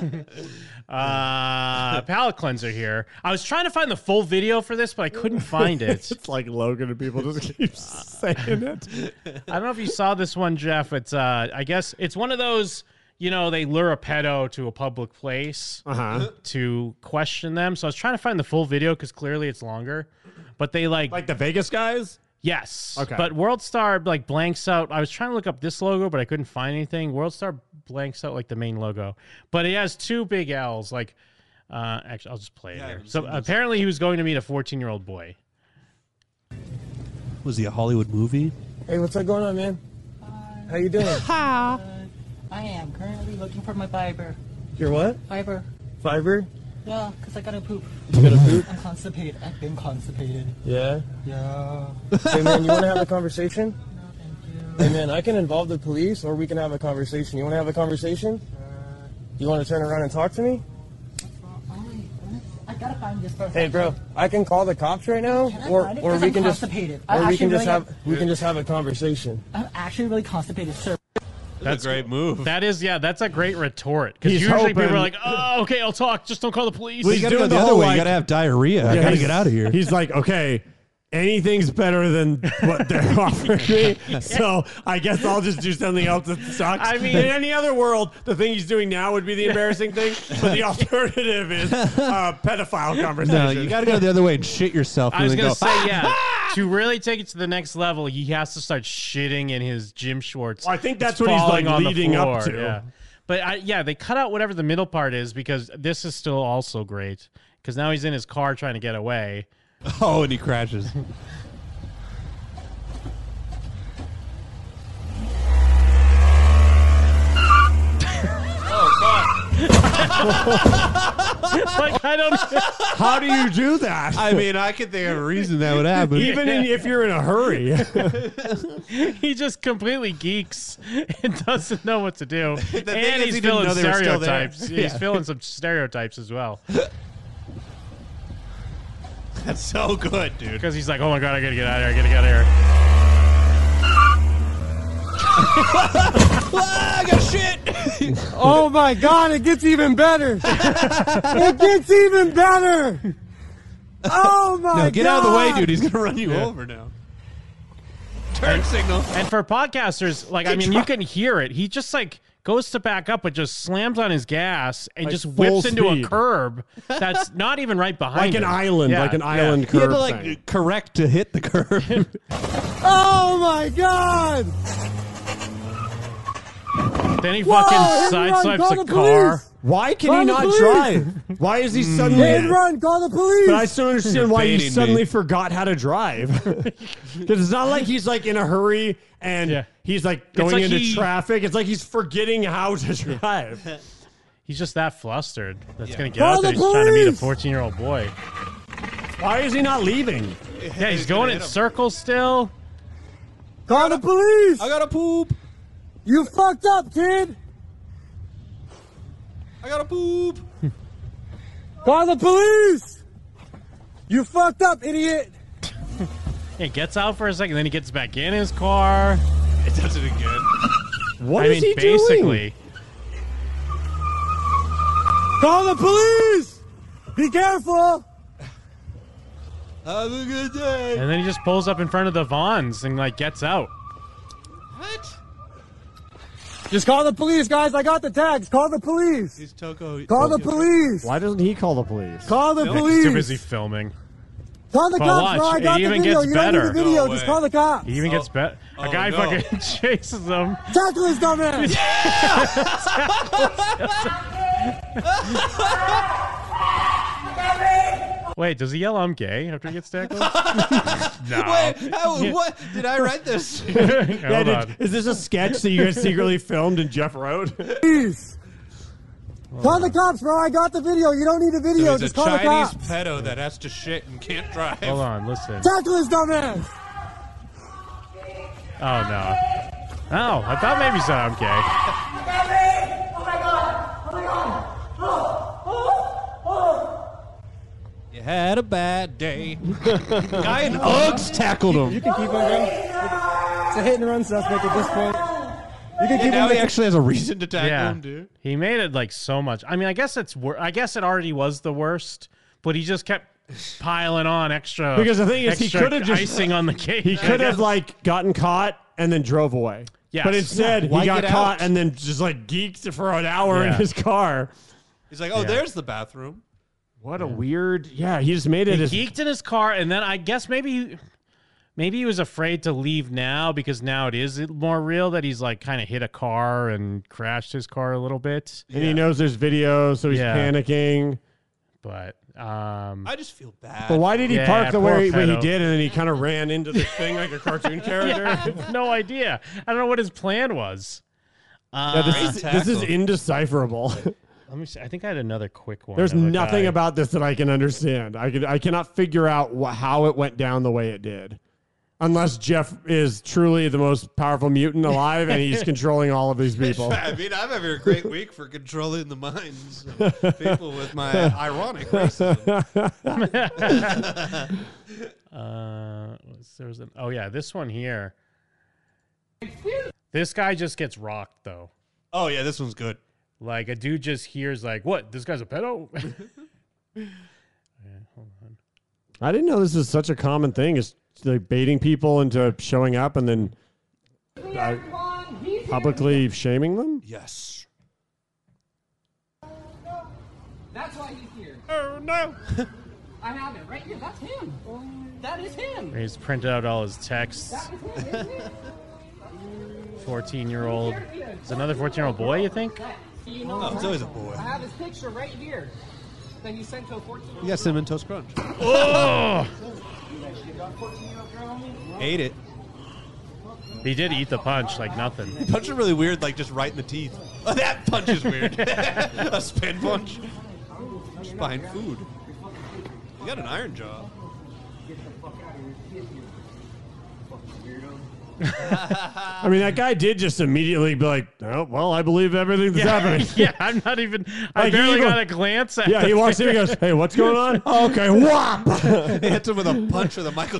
Speaker 6: uh, palate cleanser here. I was trying to find the full video for this, but I couldn't find it.
Speaker 5: It's like Logan and people just keep saying it.
Speaker 6: I don't know if you saw this one, Jeff. It's uh, I guess it's one of those. You know, they lure a pedo to a public place
Speaker 5: Uh huh.
Speaker 6: to question them. So I was trying to find the full video because clearly it's longer. But they like,
Speaker 5: Like the Vegas guys?
Speaker 6: yes.
Speaker 5: Okay.
Speaker 6: But World Star like blanks out. I was trying to look up this logo, but I couldn't find anything. World Star blanks out like the main logo, but it has two big L's. Like, uh, actually, I'll just play it here. So apparently, he was going to meet a 14 year old boy.
Speaker 3: Was he a Hollywood movie?
Speaker 12: Hey, what's going on, man? How you doing?
Speaker 1: I am currently looking for my fiber.
Speaker 12: Your what?
Speaker 1: Fiber.
Speaker 12: Fiber?
Speaker 1: Yeah, 'cause I gotta poop. I'm constipated. I've been constipated.
Speaker 12: Yeah.
Speaker 1: Yeah.
Speaker 12: Hey, man, you want to have a conversation?
Speaker 1: Thank you.
Speaker 12: Hey, man, I can involve the police, or we can have a conversation. You want to have a conversation?
Speaker 1: Uh,
Speaker 12: You want to turn around and talk to me?
Speaker 1: Oh, I gotta find this person.
Speaker 12: Hey, bro, I can call the cops right now,
Speaker 1: Can I
Speaker 12: or
Speaker 1: find it?
Speaker 12: or
Speaker 1: 'Cause
Speaker 12: we
Speaker 1: I'm
Speaker 12: can just
Speaker 1: constipated. I
Speaker 12: or we
Speaker 1: actually
Speaker 12: can just
Speaker 1: really am.
Speaker 12: have we can just have a conversation.
Speaker 1: I'm actually really constipated, sir.
Speaker 3: That's a great move.
Speaker 6: That is, yeah, that's a great retort because
Speaker 5: He's
Speaker 6: usually people
Speaker 5: hoping-
Speaker 6: are like, oh, okay, I'll talk. Just don't call the police.
Speaker 5: Well,
Speaker 3: You
Speaker 5: he's
Speaker 3: gotta go
Speaker 5: doing the
Speaker 3: the other
Speaker 5: whole,
Speaker 3: way.
Speaker 5: like-
Speaker 3: you gotta have diarrhea. I gotta
Speaker 5: he's-
Speaker 3: get out of here.
Speaker 5: He's like, okay, anything's better than what they're offering me. So I guess I'll just do something else that sucks.
Speaker 6: I mean-
Speaker 5: in any other world, the thing he's doing now would be the embarrassing thing, but the alternative is uh, pedophile conversation.
Speaker 3: No, you gotta go the other way and shit yourself.
Speaker 6: I was
Speaker 3: and
Speaker 6: gonna
Speaker 3: then go, Ah!
Speaker 6: say, yeah. to really take it to the next level, he has to start shitting in his gym shorts.
Speaker 5: I think
Speaker 6: It's
Speaker 5: that's what he's, like,
Speaker 6: falling on the
Speaker 5: leading up
Speaker 6: floor,
Speaker 5: to.
Speaker 6: Yeah. But I, yeah, they cut out whatever the middle part is because this is still also great because now he's in his car trying to get away.
Speaker 3: Oh, and he crashes.
Speaker 6: Oh, Like, I don't.
Speaker 5: How do you do that?
Speaker 3: I mean, I could think of a reason that would happen.
Speaker 5: Even in, if you're in a hurry.
Speaker 6: he just completely geeks and doesn't know what to do.
Speaker 3: thing
Speaker 6: and
Speaker 3: is,
Speaker 6: he's
Speaker 3: he didn't
Speaker 6: filling
Speaker 3: know they were still there.
Speaker 6: stereotypes.
Speaker 3: Yeah.
Speaker 6: He's filling some stereotypes as well.
Speaker 3: That's so good, dude.
Speaker 6: Because he's like, oh my god, I gotta get out of here. I gotta get out of here.
Speaker 3: I got shit.
Speaker 2: Oh my god, it gets even better. it gets even better. Oh my
Speaker 3: No, get out of the way,
Speaker 2: God.
Speaker 3: dude. He's gonna run you
Speaker 6: Yeah.
Speaker 3: over now. Turn signal.
Speaker 6: And for podcasters, like, I mean, you can hear it. He just like goes to back up, but just slams on his gas and
Speaker 5: Like
Speaker 6: just
Speaker 5: full
Speaker 6: whips into a
Speaker 5: speed.
Speaker 6: curb that's not even right behind
Speaker 5: Like an
Speaker 6: him.
Speaker 5: island,
Speaker 6: Yeah,
Speaker 5: like an
Speaker 6: yeah.
Speaker 5: island
Speaker 3: You had
Speaker 5: curve.
Speaker 3: to like
Speaker 5: thing.
Speaker 3: correct to hit the curb.
Speaker 2: Oh my god.
Speaker 6: Then he
Speaker 2: Whoa,
Speaker 6: fucking
Speaker 2: hit and run,
Speaker 6: sideswipes
Speaker 2: call
Speaker 6: a
Speaker 2: the
Speaker 6: car.
Speaker 2: police.
Speaker 5: Why can
Speaker 2: Call
Speaker 5: he
Speaker 2: the
Speaker 5: not
Speaker 2: police.
Speaker 5: drive? Why is he suddenly?
Speaker 2: Hit and run, call the police.
Speaker 5: But I still don't understand why
Speaker 3: Baiting
Speaker 5: he
Speaker 3: me.
Speaker 5: suddenly forgot how to drive. Because it's not like he's like in a hurry and
Speaker 6: Yeah.
Speaker 5: he's like going
Speaker 6: like
Speaker 5: into
Speaker 6: he-
Speaker 5: traffic. It's like he's forgetting how to drive.
Speaker 6: He's just that flustered. That's gonna get
Speaker 5: Call
Speaker 6: out there.
Speaker 5: the
Speaker 6: He's trying to meet a
Speaker 5: police.
Speaker 6: fourteen-year-old boy.
Speaker 5: Why is he not leaving?
Speaker 6: Yeah, he's, going in circles still.
Speaker 2: Call the police.
Speaker 3: I gotta poop.
Speaker 2: You fucked up, kid.
Speaker 3: I gotta poop.
Speaker 2: Call the police. You fucked up, idiot.
Speaker 6: He gets out for a second, then he gets back in his car.
Speaker 3: It does it again.
Speaker 5: What
Speaker 6: I
Speaker 5: is he
Speaker 6: mean,
Speaker 5: doing?
Speaker 6: basically,
Speaker 2: Call the police. Be careful.
Speaker 3: Have a good day.
Speaker 6: and then he just pulls up in front of the Vons and like gets out.
Speaker 3: What?
Speaker 2: Just call the police, guys. I got the tags. Call the police.
Speaker 3: He's Toko.
Speaker 2: Call the police.
Speaker 5: Why doesn't he call the police?
Speaker 2: Call the
Speaker 6: He's too busy
Speaker 2: police.
Speaker 6: filming.
Speaker 2: Call the
Speaker 6: But
Speaker 2: cops.
Speaker 6: watch,
Speaker 2: No, I
Speaker 6: it
Speaker 2: got the
Speaker 6: even
Speaker 2: video.
Speaker 6: gets
Speaker 2: You don't need
Speaker 6: better.
Speaker 2: the video.
Speaker 7: No
Speaker 2: Just
Speaker 7: way.
Speaker 2: call the cops.
Speaker 6: He even gets better. a
Speaker 7: oh,
Speaker 6: guy
Speaker 7: no.
Speaker 6: fucking chases him.
Speaker 2: Tackle his dumb ass.
Speaker 6: Wait, does he yell "I'm gay" after he gets tackled? no.
Speaker 3: Wait, how, what? Did I write this?
Speaker 5: Yeah,
Speaker 6: Hold
Speaker 5: did-
Speaker 6: on.
Speaker 5: is this a sketch that you guys secretly filmed and Jeff wrote?
Speaker 2: Please. Call the cops, bro. I got the video. You don't need the video.
Speaker 7: There's a
Speaker 2: Just call the
Speaker 7: Chinese
Speaker 2: cops.
Speaker 7: pedo that has to shit and can't drive.
Speaker 6: Hold on, listen.
Speaker 2: Tackle his dumb ass.
Speaker 6: Oh no. Oh, I thought maybe he said I'm gay.
Speaker 3: You had a bad day. Guy in Uggs tackled him.
Speaker 12: can keep on going. It's a hit and run suspect at this point. You can
Speaker 3: And
Speaker 12: keep
Speaker 3: now
Speaker 12: on
Speaker 3: he actually has a reason to tackle
Speaker 6: Yeah,
Speaker 3: him, dude.
Speaker 6: he made it like so much. I mean, I guess it's wor- I guess it already was the worst, but he just kept piling on extra.
Speaker 5: Because the thing is, he
Speaker 6: Oh, extra
Speaker 5: could've just-
Speaker 6: icing on the cake.
Speaker 5: He could have like gotten caught and then drove away.
Speaker 6: Yes.
Speaker 5: But instead,
Speaker 3: Why
Speaker 5: he got
Speaker 3: get
Speaker 5: caught
Speaker 3: out?
Speaker 5: and then just like geeked for an hour in
Speaker 6: Yeah.
Speaker 5: his car.
Speaker 3: He's like, oh,
Speaker 6: Yeah.
Speaker 3: there's the bathroom.
Speaker 5: What a weird. Yeah, he just made it.
Speaker 6: He
Speaker 5: as-
Speaker 6: geeked in his car, and then I guess maybe maybe he was afraid to leave now because now it is more real that he's like kind of hit a car and crashed his car a little bit.
Speaker 5: and he knows there's video, so he's
Speaker 6: Yeah.
Speaker 5: panicking.
Speaker 6: But um,
Speaker 3: I just feel bad.
Speaker 5: But why did he
Speaker 6: Yeah,
Speaker 5: park the
Speaker 6: poor
Speaker 5: way, way he
Speaker 6: pedo.
Speaker 5: did, and then he kind of ran into the thing like a cartoon character?
Speaker 6: I have no idea. I don't know what his plan was.
Speaker 5: Yeah,
Speaker 6: Uh,
Speaker 5: this, is, this is
Speaker 3: Tackle.
Speaker 5: indecipherable.
Speaker 6: let me see. I think I had another quick one.
Speaker 5: There's
Speaker 6: of a
Speaker 5: nothing
Speaker 6: guy.
Speaker 5: about this that I can understand. I could, I cannot figure out wh- how it went down the way it did, unless Jeff is truly the most powerful mutant alive and he's controlling all of these people.
Speaker 3: I mean, I'm having a great week for controlling the minds of people with my ironic racism.
Speaker 6: Uh, was- there was an, oh yeah, this one here. This guy just gets rocked though.
Speaker 3: Oh, yeah, this one's good.
Speaker 6: Like a dude just hears like, "What? This guy's a pedo."
Speaker 5: I didn't know this is such a common thing. Is like baiting people into showing up and then uh, publicly shaming them.
Speaker 3: Yes.
Speaker 1: That's why he's here.
Speaker 3: Oh, no.
Speaker 1: I have it right here. That's him. That is him.
Speaker 6: He's printed out all his texts. Fourteen-year-old. It's another fourteen-year-old boy. You think?
Speaker 1: You know,
Speaker 3: Oh, it's always a boy.
Speaker 1: I have his picture right here that he sent to a 14 year
Speaker 3: You got Cinnamon Toast Crunch.
Speaker 6: Oh!
Speaker 3: Ate it.
Speaker 6: He did eat the punch like nothing.
Speaker 3: Punch is really weird, like just right in the teeth. Oh, that punch is weird. a spin punch. Just buying food. You got an iron jaw.
Speaker 5: I mean, that guy did just immediately be like, "Oh, well, I believe everything's happening."
Speaker 6: yeah, I'm not even. I
Speaker 5: Like, he
Speaker 6: barely
Speaker 5: even-
Speaker 6: got a glance at.
Speaker 5: Yeah, he
Speaker 6: the
Speaker 5: walks in and
Speaker 6: thing.
Speaker 5: goes, "Hey, what's going on?" Oh, okay, whop.
Speaker 3: He hits him with a punch with a Michael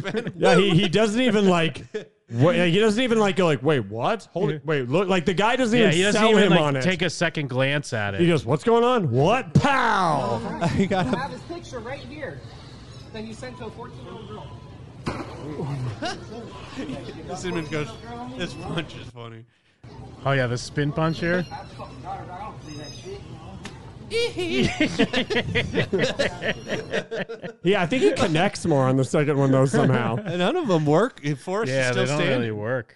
Speaker 3: spin.
Speaker 5: Yeah, he, he doesn't even like. Wait, he doesn't even like go like, "Wait, what? Hold it, wait, look!" Like the guy doesn't
Speaker 6: Yeah,
Speaker 5: even
Speaker 6: he doesn't
Speaker 5: sell
Speaker 6: even
Speaker 5: him
Speaker 6: like,
Speaker 5: on it.
Speaker 6: take a second glance at it.
Speaker 5: he goes, "What's going on? What? Pow!"
Speaker 3: I got
Speaker 1: I have his picture right here that you sent to a 14 year old girl.
Speaker 3: This image goes. This punch is funny.
Speaker 6: Oh yeah, the spin punch here.
Speaker 5: yeah, I think he connects more on the second one though somehow.
Speaker 3: None of them work. If Forrest is
Speaker 6: yeah,
Speaker 3: still
Speaker 6: they don't
Speaker 3: standing.
Speaker 6: really work.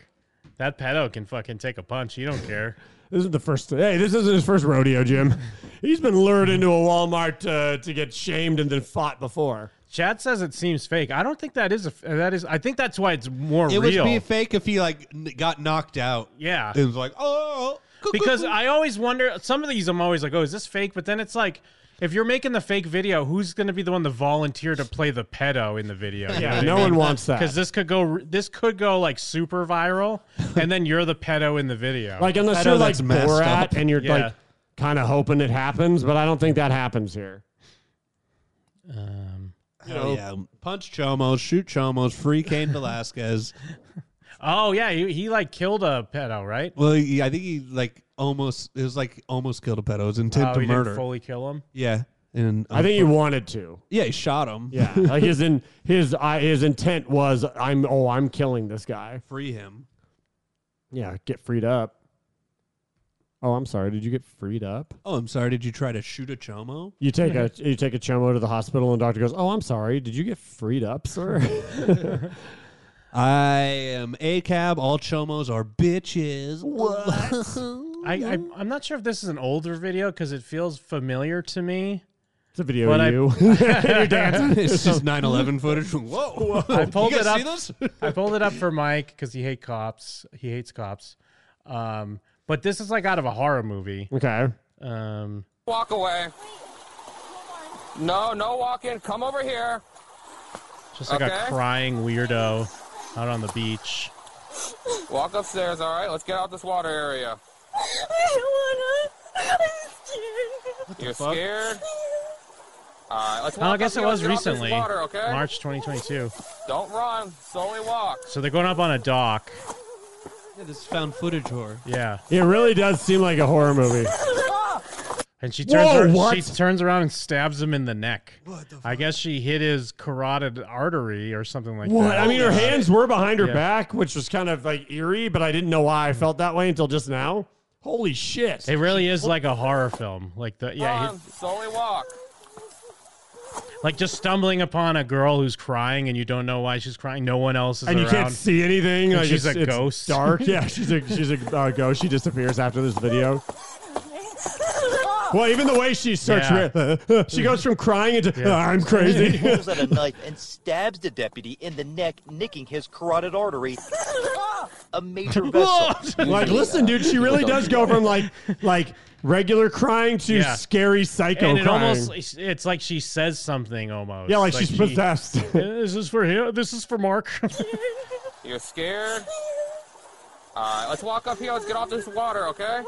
Speaker 6: That pedo can fucking take a punch. You don't care.
Speaker 5: This is the first. Hey, this isn't his first rodeo, Jim. He's been lured into a Walmart uh, to get shamed and then fought before.
Speaker 6: Chad says it seems fake. I don't think that is a f- that is. I think that's why it's more
Speaker 3: It would
Speaker 6: real.
Speaker 3: be fake if he like n- got knocked out.
Speaker 6: yeah,
Speaker 3: It was like, oh,
Speaker 6: because I always wonder. Some of these I'm always like, oh, is this fake? But then it's like, if you're making the fake video, who's going to be the one to volunteer to play the pedo in the video?
Speaker 5: Yeah, no one wants that.
Speaker 6: Because this could go, this could go like super viral, and then you're the pedo in the video.
Speaker 5: Like unless
Speaker 3: know
Speaker 5: you're like
Speaker 3: that's messed
Speaker 5: Borat
Speaker 3: up.
Speaker 5: and you're
Speaker 6: Yeah.
Speaker 5: like kind of hoping it happens, but I don't think that happens here.
Speaker 6: Um,
Speaker 3: you know, yeah. punch Chomos, shoot Chomos, free Cain Velasquez.
Speaker 6: oh yeah, he, he like killed a pedo, right?
Speaker 3: well, he, I think he like almost. It was like almost killed a pedo. It was intent
Speaker 6: Oh,
Speaker 3: to
Speaker 6: he
Speaker 3: murder.
Speaker 6: didn't fully kill him.
Speaker 3: yeah, and
Speaker 5: I think he wanted to.
Speaker 3: yeah, he shot him.
Speaker 5: Yeah, like his in his I his intent was I'm oh I'm killing this guy.
Speaker 3: free him.
Speaker 5: Yeah, get freed up. Oh, I'm sorry. Did you get freed up?
Speaker 3: Oh, I'm sorry. Did you try to shoot a Chomo?
Speaker 5: You take a you take a chemo to the hospital, and the doctor goes, "Oh, I'm sorry. Did you get freed up, sir?"
Speaker 3: I am a cab. All Chomos are bitches.
Speaker 6: I, I I'm not sure if this is an older video because it feels familiar to me.
Speaker 5: it's a video
Speaker 6: But I-
Speaker 5: of you. You're dancing.
Speaker 3: it's just 9/11 footage. Whoa!
Speaker 6: I pulled
Speaker 3: you
Speaker 6: it
Speaker 3: guys
Speaker 6: up.
Speaker 3: See this?
Speaker 6: I pulled it up for Mike because he hates cops. He hates cops. Um, but this is like out of a horror movie.
Speaker 5: Okay.
Speaker 6: Um,
Speaker 13: Walk away. No, no walking. Come over here.
Speaker 6: just like
Speaker 13: Okay.
Speaker 6: a crying weirdo out on the beach.
Speaker 13: Walk upstairs, all right? Let's get out this water area.
Speaker 14: I don't wanna. I'm scared.
Speaker 13: You're scared? All right, let's walk
Speaker 6: Oh, I guess
Speaker 13: up
Speaker 6: it
Speaker 13: here.
Speaker 6: was
Speaker 13: Get off this
Speaker 6: recently,
Speaker 13: Water, okay?
Speaker 6: March 2022.
Speaker 13: Don't run. Slowly walk.
Speaker 6: So they're going up on a dock.
Speaker 3: Yeah, this is found footage horror.
Speaker 6: Yeah,
Speaker 5: It really does seem like a horror movie.
Speaker 6: and she turns
Speaker 5: Whoa,
Speaker 6: her-
Speaker 5: what?
Speaker 6: she turns around and stabs him in the neck. I guess she hit his carotid artery or something like
Speaker 5: What?
Speaker 6: that.
Speaker 5: I mean, her hands were behind her
Speaker 6: Yeah.
Speaker 5: back, which was kind of like eerie, but I didn't know why I felt that way until just now. Holy shit.
Speaker 6: It really is like a horror film. Like the yeah,
Speaker 13: Run. Slowly walk.
Speaker 6: he- like just stumbling upon a girl who's crying and you don't know why she's crying. No one else is
Speaker 5: and you
Speaker 6: around.
Speaker 5: can't see anything.
Speaker 6: And
Speaker 5: like,
Speaker 6: she's
Speaker 5: it's-
Speaker 6: a
Speaker 5: it's
Speaker 6: ghost.
Speaker 5: Dark. Yeah, she's a she's a uh, ghost. She disappears after this video. Well, even the way she starts,
Speaker 6: Yeah.
Speaker 5: she goes from crying into
Speaker 6: Yeah.
Speaker 5: "I'm crazy."
Speaker 15: pulls out a knife and stabs the deputy in the neck, nicking his carotid artery, a major vessel.
Speaker 5: like, listen, dude, she really does go from like like regular crying to
Speaker 6: Yeah.
Speaker 5: scary psycho
Speaker 6: and it
Speaker 5: crying.
Speaker 6: almost it's like she says something almost.
Speaker 5: yeah, like, she's
Speaker 6: she-
Speaker 5: possessed.
Speaker 6: This is for him. This is for Mark.
Speaker 13: You're scared? All right, let's walk up here. Let's get off this water, okay?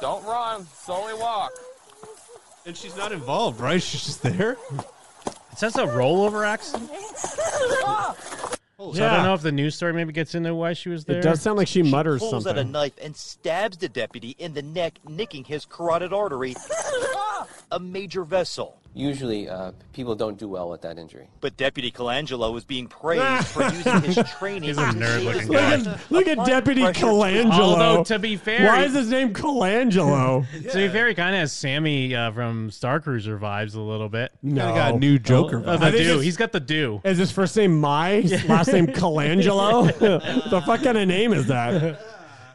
Speaker 13: Don't run. Slowly walk.
Speaker 3: And she's not involved, right? She's just there.
Speaker 6: it says a rollover accident. So I
Speaker 5: Yeah.
Speaker 6: don't know if the news story maybe gets into why she was there.
Speaker 5: It does sound like she mutters
Speaker 15: pulls
Speaker 5: something.
Speaker 15: out a knife and stabs the deputy in the neck, nicking his carotid artery, a major vessel.
Speaker 16: Usually, uh, people don't do well with that injury.
Speaker 15: But Deputy Colangelo was being praised for using his training.
Speaker 6: He's a
Speaker 15: to save
Speaker 6: nerd-looking
Speaker 15: his
Speaker 6: guy.
Speaker 15: life.
Speaker 5: Look at, look at
Speaker 15: Applying
Speaker 5: Deputy
Speaker 15: pressure to-
Speaker 5: Colangelo.
Speaker 6: Although, to be fair,
Speaker 5: why
Speaker 6: he-
Speaker 5: is his name Colangelo?
Speaker 6: To be fair, he kind of has Sammy uh, from Star Cruiser vibes a little bit.
Speaker 5: no,
Speaker 3: got new Joker
Speaker 6: Uh,
Speaker 3: vibes.
Speaker 6: the
Speaker 5: I think
Speaker 6: do.
Speaker 5: it's-
Speaker 6: He's got the do.
Speaker 5: Is his first name Mai? His Last name Colangelo? the fuck kind of name is that?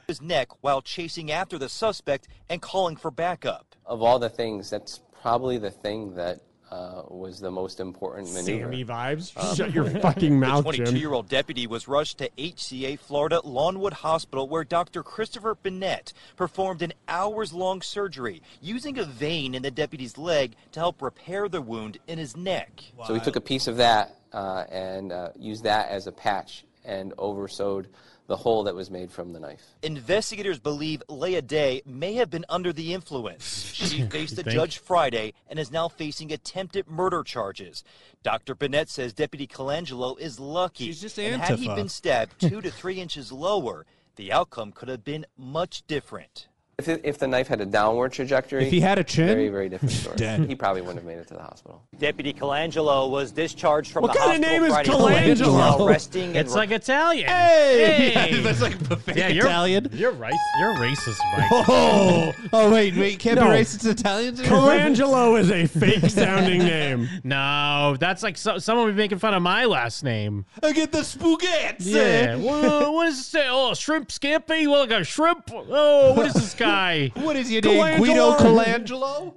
Speaker 15: his neck while chasing after the suspect and calling for backup.
Speaker 16: Of all the things, that's probably the thing that uh, was the most important maneuver.
Speaker 5: Sammy vibes.
Speaker 16: Um,
Speaker 5: Shut your fucking mouth,
Speaker 15: the
Speaker 5: Jim.
Speaker 15: 22 year old deputy was rushed to HCA Florida Lawnwood Hospital, where Dr. Christopher Bennett performed an hours long surgery using a vein in the deputy's leg to help repair the wound in his neck.
Speaker 16: So we took a piece of that uh, and uh, used that as a patch and over sewed the hole that was made from the knife.
Speaker 15: Investigators believe Leah Day may have been under the influence. She faced the
Speaker 16: think?
Speaker 15: judge Friday and is now facing attempted murder charges. Dr. Bennett says Deputy Colangelo is lucky. and had he
Speaker 16: Antifa.
Speaker 15: been stabbed two to three inches lower, the outcome could have been much different.
Speaker 16: If, it, if the knife had a downward trajectory,
Speaker 15: If he had a chin,
Speaker 16: very very different story.
Speaker 15: dead.
Speaker 16: He probably wouldn't have made it to the hospital.
Speaker 15: Deputy Colangelo was discharged from
Speaker 16: What
Speaker 15: the
Speaker 16: kind of
Speaker 15: hospital
Speaker 16: name is
Speaker 15: Friday
Speaker 16: Colangelo?
Speaker 15: while resting
Speaker 6: It's
Speaker 15: and
Speaker 6: like Italian.
Speaker 3: Hey! Yeah, that's like buffet
Speaker 6: you're,
Speaker 3: Italian.
Speaker 6: You're right. You're racist, Mike.
Speaker 3: Oh, oh wait, wait, can't
Speaker 6: No.
Speaker 3: be racist to Italians anymore?
Speaker 5: Colangelo is a fake sounding name.
Speaker 6: No, that's like so, someone would be making fun of my last name.
Speaker 3: I get the spaghetti.
Speaker 6: Yeah. Wha- what does it say? Oh, shrimp scampi? Well, like a shrimp. Oh, what is this guy?
Speaker 3: what is your name? Guido Colangelo?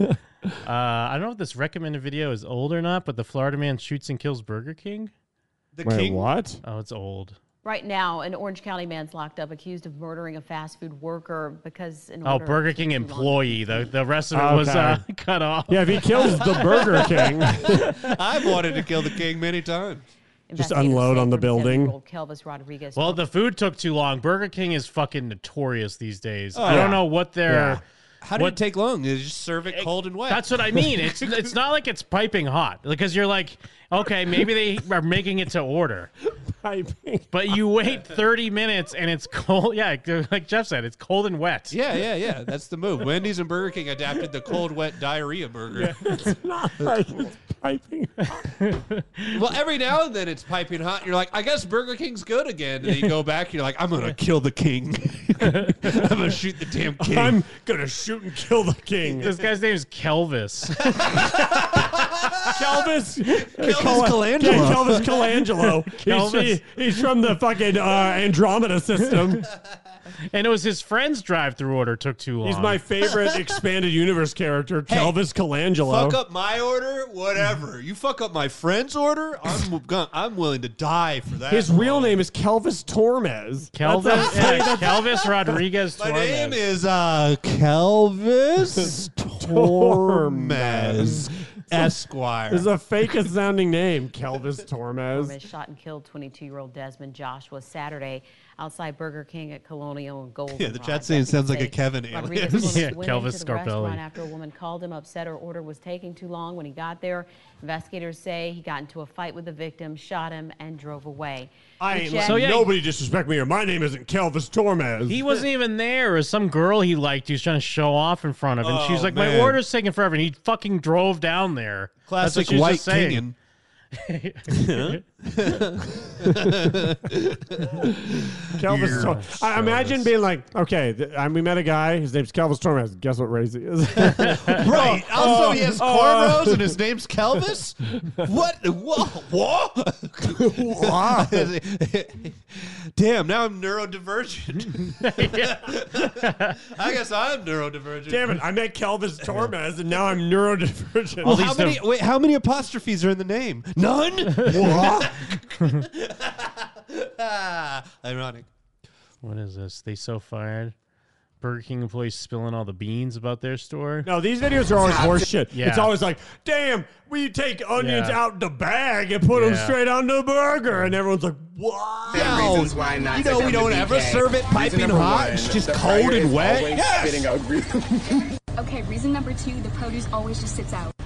Speaker 6: Uh, I don't know if this recommended video is old or not, but the Florida man shoots and kills Burger King.
Speaker 3: The
Speaker 5: Wait, king? what?
Speaker 6: Oh, it's old.
Speaker 17: Right now, an Orange County man's locked up accused of murdering a fast food worker because an
Speaker 6: Oh,
Speaker 17: order
Speaker 6: Burger King employee. The the rest of it was
Speaker 5: Okay.
Speaker 6: uh, cut off.
Speaker 5: Yeah, if he kills the Burger King,
Speaker 3: I've wanted to kill the king many times.
Speaker 5: just unload on the building.
Speaker 17: Kelvis Rodriguez.
Speaker 6: Well, the food took too long. Burger King is fucking notorious these days.
Speaker 3: Oh,
Speaker 6: I don't
Speaker 3: yeah.
Speaker 6: know what they're.
Speaker 3: Yeah. How did
Speaker 6: what-
Speaker 3: it take long? Did you just serve it cold and wet?
Speaker 6: That's what I mean. It's it's not like it's piping hot because you're like, okay, maybe they are making it to order.
Speaker 5: Piping.
Speaker 6: But you wait 30 minutes and it's cold. Yeah, like Jeff said, it's cold and wet.
Speaker 3: Yeah, yeah, yeah. That's the move. Wendy's and Burger King adapted the cold, wet diarrhea burger.
Speaker 5: piping.
Speaker 3: well, every now and then it's piping hot. You're like, I guess Burger King's good again. And then you go back, you're like, I'm going to kill the king. I'm going to shoot the damn king.
Speaker 5: I'm gonna shoot and kill the king.
Speaker 6: This guy's name is Kelvis.
Speaker 5: Kelvis.
Speaker 6: Kelvis Colangelo.
Speaker 5: Yeah, Kelvis Colangelo.
Speaker 6: Kelvis.
Speaker 5: He's, he- he's from the fucking uh, Andromeda system.
Speaker 6: and it was his friend's drive-through order took too long.
Speaker 5: He's my favorite expanded universe character, Kelvis Colangelo.
Speaker 3: Fuck up my order, whatever. You fuck up my friend's order, I'm gon- I'm willing to die for that.
Speaker 5: His real name is Kelvis Tormes.
Speaker 6: Kelvis,
Speaker 5: That's-
Speaker 6: yeah,
Speaker 5: that's-
Speaker 6: Kelvis Rodriguez.
Speaker 3: My
Speaker 6: Torres.
Speaker 3: name is uh, Kelvis Tormes Esquire.
Speaker 5: This is a fakest sounding name, Kelvis Tormes.
Speaker 17: Torres shot and killed 22-year-old Desmond Joshua Saturday outside Burger King at Colonial and Golden.
Speaker 3: Yeah, the chat's saying it sounds like a Kevin alien.
Speaker 17: yeah,
Speaker 3: Yeah,
Speaker 17: Kelvis
Speaker 3: Kelvis
Speaker 17: Scarpelli.
Speaker 3: Scarpelli.
Speaker 17: After a woman called him upset, her order was taking too long. When he got there, investigators say he got into a fight with the victim, shot him, and drove away.
Speaker 5: I
Speaker 17: The
Speaker 5: ain't
Speaker 17: Jack-
Speaker 5: letting nobody disrespect me here. My name isn't Kelvis Tormes.
Speaker 6: He wasn't even there. It was some girl he liked. He was trying to show off in front of, and she's
Speaker 5: Oh,
Speaker 6: like, "My
Speaker 5: man.
Speaker 6: order's taking forever." And he fucking drove down there. That's what
Speaker 3: Classic
Speaker 6: she was
Speaker 3: white
Speaker 6: just saying.
Speaker 3: Kenyan.
Speaker 5: Kelvis Tor- I imagine being like, okay, th- I, we met a guy. His name's Kelvis Tormes. Guess what race he is?
Speaker 3: Right. Also, he has
Speaker 5: Oh,
Speaker 3: cornrows
Speaker 5: oh.
Speaker 3: and his name's Kelvis. what? Whoa! Whoa! Damn! Now I'm neurodivergent. I guess I'm neurodivergent.
Speaker 5: Damn it! I met Kelvis Tormes, and now I'm neurodivergent.
Speaker 3: Well, how many? Wait, how many apostrophes are in the name? None. Whoa. Ah, Ironic.
Speaker 6: What is this? They so fired. Burger King employees spilling all the beans about their store.
Speaker 5: No, these videos are always horseshit.
Speaker 6: Yeah.
Speaker 5: It's always like, damn, we take onions
Speaker 6: Yeah.
Speaker 5: out the bag and put them
Speaker 6: Yeah.
Speaker 5: straight onto the burger, and everyone's like, wow.
Speaker 3: reasons why not You to know, we come to don't ever BK. serve it Reason piping number hot. one, It's just the cold fryer and is wet. always Yes. spitting out
Speaker 18: okay, reason number two, the produce always just sits out.
Speaker 19: Look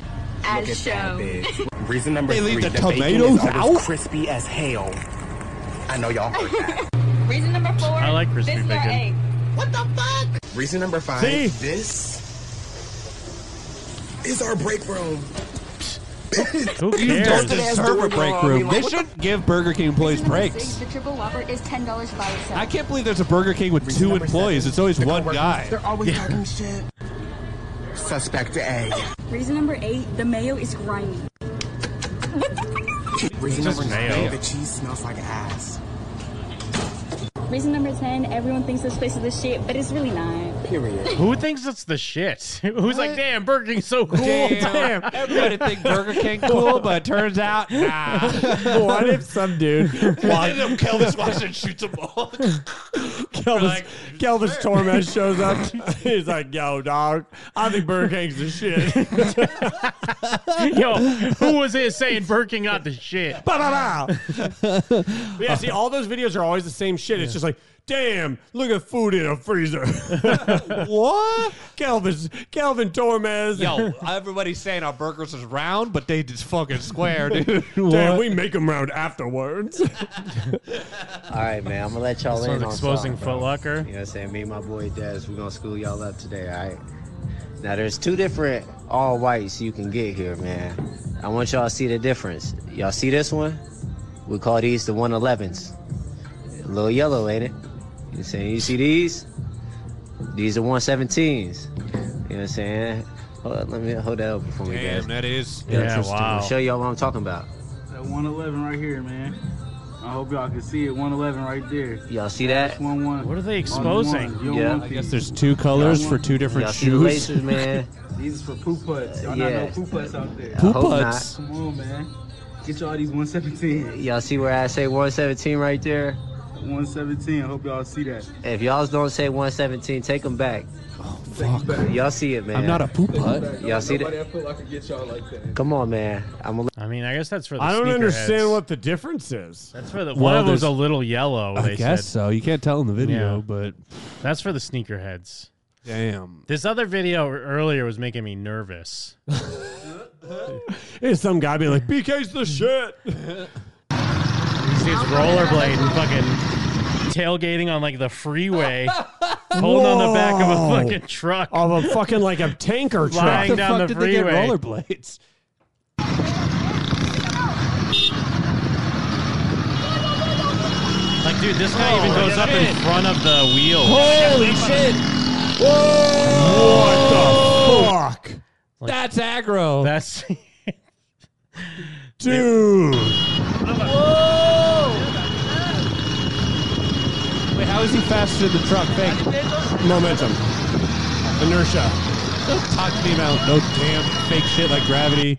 Speaker 19: at
Speaker 18: As
Speaker 19: that
Speaker 18: shown.
Speaker 19: bitch. Reason number
Speaker 3: They leave
Speaker 19: three:
Speaker 3: the
Speaker 19: bacon
Speaker 3: tomatoes
Speaker 19: is always
Speaker 3: out?
Speaker 19: crispy as hell. I know y'all heard that.
Speaker 18: reason number four.
Speaker 19: I like crispy
Speaker 18: this is our
Speaker 19: bacon.
Speaker 18: egg. What the fuck?
Speaker 19: Reason number five:
Speaker 5: See?
Speaker 19: this is our break room.
Speaker 6: Who
Speaker 3: You
Speaker 19: cares?
Speaker 3: don't deserve a break room. They
Speaker 19: What the-
Speaker 3: shouldn't give Burger King employees
Speaker 18: Reason number
Speaker 3: breaks.
Speaker 18: six, the triple whopper is ten dollars by itself.
Speaker 3: I can't believe there's a Burger King with two employees. It's always one guy.
Speaker 18: They're always talking shit.
Speaker 19: Suspect A.
Speaker 18: Reason number eight, the mayo is grimy.
Speaker 19: Reason
Speaker 6: Just
Speaker 19: number
Speaker 6: mayo.
Speaker 19: nine: the cheese smells like ass.
Speaker 18: Reason number 10, everyone thinks this place is the shit, but it's really not.
Speaker 19: Period.
Speaker 6: Who thinks it's the shit? Who's like, damn, Burger King's so cool. Damn.
Speaker 3: Damn. Everybody think Burger King cool, but it turns out nah.
Speaker 5: what if some dude
Speaker 3: Why
Speaker 5: walked,
Speaker 3: did Kelvis walks and shoots them all?
Speaker 5: Kelvis, Kelvis Tormes shows up? He's like, yo, dog, I think Burger King's the shit.
Speaker 6: Yo, who was it saying Burger King got the shit?
Speaker 5: Ba-ba-ba. yeah, see, all those videos are always the same shit. It's just like, damn, look at food in a freezer. what? Kelvin, Kelvin Tormes.
Speaker 3: Yo, everybody's saying our burgers is round, but they just fucking square, dude.
Speaker 5: damn, we make them round afterwards.
Speaker 20: All right, man. I'm gonna let y'all
Speaker 6: This
Speaker 20: in
Speaker 6: one's
Speaker 20: on
Speaker 6: exposing
Speaker 20: something, bro.
Speaker 6: Foot Locker.
Speaker 20: You know what I'm saying? Me and my boy Dez, we're gonna school y'all up today. All right. Now there's two different all whites you can get here, man. I want y'all to see the difference. Y'all see this one? We call these the 111s. A little yellow, ain't it? You know what I'm saying? You see these? These are 117s. You know what I'm saying? Hold on, let me hold that up for me,
Speaker 3: Damn,
Speaker 20: Dez.
Speaker 3: that is-
Speaker 20: You know,
Speaker 3: Yeah,
Speaker 20: just to
Speaker 3: wow.
Speaker 20: Show y'all what I'm talking about.
Speaker 21: That 111 right here, man. I hope y'all can see it. 111 right there.
Speaker 20: Y'all see that?
Speaker 21: What are
Speaker 6: they exposing?
Speaker 20: Yeah.
Speaker 3: I guess there's two colors
Speaker 20: Y'all
Speaker 3: for
Speaker 20: want-
Speaker 3: two different
Speaker 20: y'all see the
Speaker 3: shoes.
Speaker 20: laces, man.
Speaker 21: These are for poo putts. Y'all
Speaker 20: Yeah.
Speaker 21: not know poo putts out there.
Speaker 20: I hope Poo putts?
Speaker 21: Come on, man. Get y'all these 117.
Speaker 20: Y'all see where I say 117 right there?
Speaker 21: 117. I hope y'all see that.
Speaker 20: If y'all don't say 117, take them back. Y'all see it, man.
Speaker 21: I'm not a
Speaker 20: poop
Speaker 21: putt.
Speaker 20: Y'all see that?
Speaker 21: I feel like I get y'all like that.
Speaker 20: Come on, man. I'm a
Speaker 6: I mean, I guess that's for the
Speaker 5: I don't
Speaker 6: sneakerheads.
Speaker 5: understand what the difference is.
Speaker 6: That's for the
Speaker 5: Well,
Speaker 6: one of them's
Speaker 5: there's-
Speaker 6: a little yellow.
Speaker 5: I
Speaker 6: they
Speaker 5: guess
Speaker 6: said.
Speaker 5: so. You can't tell in the video, but
Speaker 6: that's for the sneakerheads.
Speaker 5: Damn.
Speaker 6: This other video er, earlier was making me nervous.
Speaker 5: it's some guy being like, BK's the shit.
Speaker 6: He's rollerblading, fucking tailgating on like the freeway, holding on the back of
Speaker 5: Whoa.
Speaker 6: a fucking truck.
Speaker 5: Of a fucking like a tanker truck.
Speaker 6: Lying How the down fuck the did they get freeway.
Speaker 5: rollerblades?
Speaker 6: Like, dude, this guy even goes up in front of the wheel.
Speaker 3: Holy shit! Whoa! What the fuck? That's aggro.
Speaker 6: That's
Speaker 5: dude.
Speaker 3: Whoa! Wait, how is he faster than the truck? Fake
Speaker 5: momentum, inertia.
Speaker 3: Don't talk to me about no damn fake shit like gravity.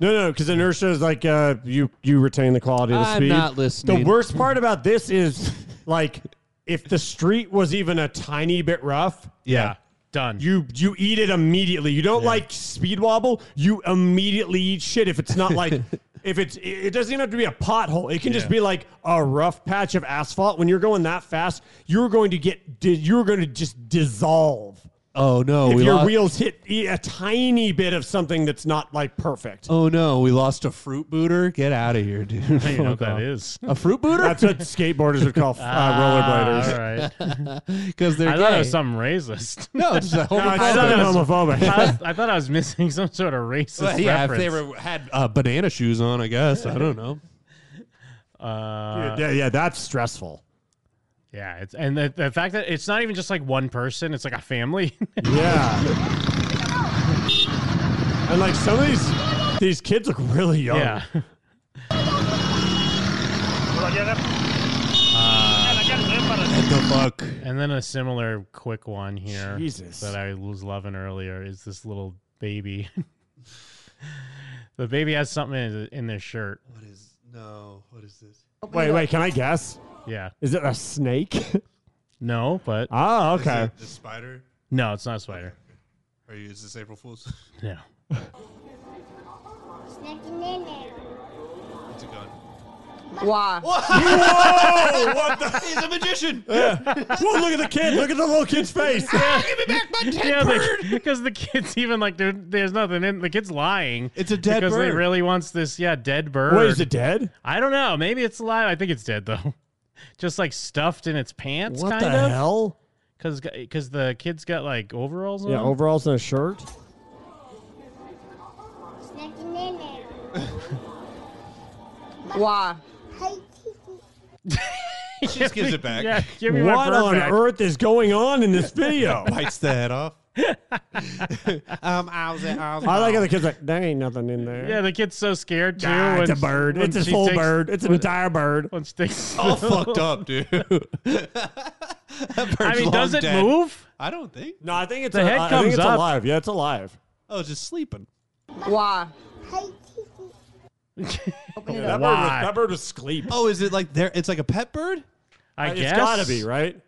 Speaker 5: No, no, because inertia is like uh, you you retain the quality of the
Speaker 3: I'm
Speaker 5: speed.
Speaker 3: not listening.
Speaker 5: The worst part about this is like if the street was even a tiny bit rough,
Speaker 6: Yeah. Done.
Speaker 5: You you eat it immediately. You don't like speed wobble. You immediately eat shit if it's not like if it's it it doesn't even have to be a pothole. It can just
Speaker 6: Yeah.
Speaker 5: be like a rough patch of asphalt. When you're going that fast, you're going to get di- you're going to just dissolve.
Speaker 3: Oh no!
Speaker 5: if
Speaker 3: we
Speaker 5: your
Speaker 3: lost-
Speaker 5: wheels hit e- a tiny bit of something that's not like perfect.
Speaker 3: Oh no! We lost a fruit booter. Get out of here, dude.
Speaker 6: I don't even know what
Speaker 3: Fuck
Speaker 6: that
Speaker 3: off.
Speaker 6: is.
Speaker 3: A fruit booter?
Speaker 5: That's what skateboarders would call uh, rollerbladers.
Speaker 6: Ah, all right.
Speaker 3: Because they're
Speaker 6: I thought it was
Speaker 3: gay.
Speaker 6: something racist.
Speaker 3: No, it's a homophobic.
Speaker 6: I thought it was-
Speaker 5: homophobic.
Speaker 6: I, was- I thought I was missing some sort of racist
Speaker 3: Well, yeah, if
Speaker 6: reference.
Speaker 3: they were had uh, banana shoes on, I guess. I don't know.
Speaker 6: Uh,
Speaker 5: yeah, yeah, that's stressful.
Speaker 6: yeah, it's, and the, the fact that it's not even just like one person; it's like a family. Uh,
Speaker 5: Yeah. And like some of these these kids look really young.
Speaker 6: Yeah.
Speaker 3: What the fuck?
Speaker 6: And then a similar quick one here
Speaker 5: Jesus.
Speaker 6: that I was loving earlier is this little baby. the baby has something in, in their shirt.
Speaker 3: What is no? What is this?
Speaker 5: Wait, wait, can I guess?
Speaker 6: Yeah.
Speaker 5: Is it a snake?
Speaker 6: No, but
Speaker 5: Oh, okay.
Speaker 7: The spider?
Speaker 6: no, it's not a spider.
Speaker 7: Are you? Is this April Fool's?
Speaker 6: No.
Speaker 7: It's a gun.
Speaker 14: Why?
Speaker 5: Whoa! What the?
Speaker 3: He's a magician.
Speaker 5: Yeah. Whoa, look at the kid. Look at the little kid's face.
Speaker 3: Ah,
Speaker 6: Yeah, because the kid's even like, there, there's nothing in the kid's lying.
Speaker 3: It's a dead
Speaker 6: because
Speaker 3: bird.
Speaker 6: they really wants this, yeah, dead bird.
Speaker 5: Wait, is it dead?
Speaker 6: I don't know. Maybe it's alive. I think it's dead though. Just like stuffed in its pants,
Speaker 5: What
Speaker 6: kind
Speaker 5: the
Speaker 6: of.
Speaker 5: hell?
Speaker 6: Because because the kid's got like overalls on.
Speaker 5: Yeah, overalls and a shirt.
Speaker 14: Why?
Speaker 7: She just gives it back.
Speaker 6: Yeah, give me my
Speaker 5: What
Speaker 6: bird
Speaker 5: on
Speaker 6: back.
Speaker 5: earth is going on in this video?
Speaker 3: Bites the head off. um, I was, I was
Speaker 5: I like how the kid's like, there ain't nothing in there.
Speaker 6: Yeah, the kid's so scared too.
Speaker 5: Ah, it's
Speaker 6: when
Speaker 5: a bird.
Speaker 6: when
Speaker 5: It's a
Speaker 6: she
Speaker 5: full
Speaker 6: takes-
Speaker 5: bird. It's an
Speaker 6: when-
Speaker 5: entire bird.
Speaker 6: When she takes-
Speaker 3: all fucked up, dude.
Speaker 6: I mean, does it move?
Speaker 3: I don't think.
Speaker 5: No, I think it's
Speaker 6: The
Speaker 5: a-
Speaker 6: head
Speaker 5: I think
Speaker 6: comes
Speaker 5: it's
Speaker 6: up.
Speaker 5: alive. Yeah, it's alive.
Speaker 3: Oh, it's just sleeping.
Speaker 14: Why?
Speaker 5: Yeah, that, bird
Speaker 3: it up.
Speaker 5: was,
Speaker 3: Why?
Speaker 5: that bird was sleep.
Speaker 3: Oh, is it like there? It's like a pet bird.
Speaker 6: I
Speaker 5: It's
Speaker 6: guess
Speaker 5: gotta be, right.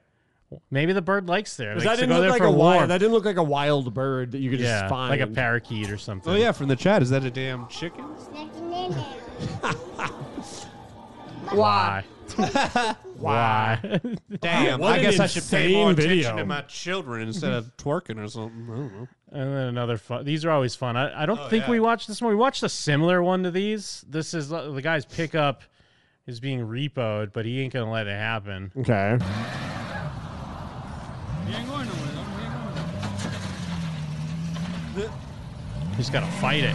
Speaker 6: Maybe the bird likes there.
Speaker 5: 'Cause
Speaker 6: Likes
Speaker 5: that
Speaker 6: to
Speaker 5: didn't
Speaker 6: go
Speaker 5: look
Speaker 6: there
Speaker 5: like
Speaker 6: for
Speaker 5: a wild.
Speaker 6: warmth.
Speaker 5: That didn't look like a wild bird that you could
Speaker 6: yeah,
Speaker 5: just find.
Speaker 6: like a parakeet or something.
Speaker 3: Oh yeah, from the chat. Is that a damn chicken?
Speaker 14: Why?
Speaker 6: Why?
Speaker 3: Damn.
Speaker 7: What
Speaker 3: I
Speaker 7: an
Speaker 3: guess I should pay more
Speaker 7: insane
Speaker 3: attention
Speaker 7: video.
Speaker 3: to my children instead of twerking or something. I don't know.
Speaker 6: And then another fun. These are always fun. I, I don't
Speaker 3: Oh,
Speaker 6: think
Speaker 3: yeah.
Speaker 6: we watched this one. We watched a similar one to these. This is uh, the guy's pickup is being repoed, but he ain't gonna let it happen.
Speaker 5: Okay.
Speaker 6: He's gotta fight it.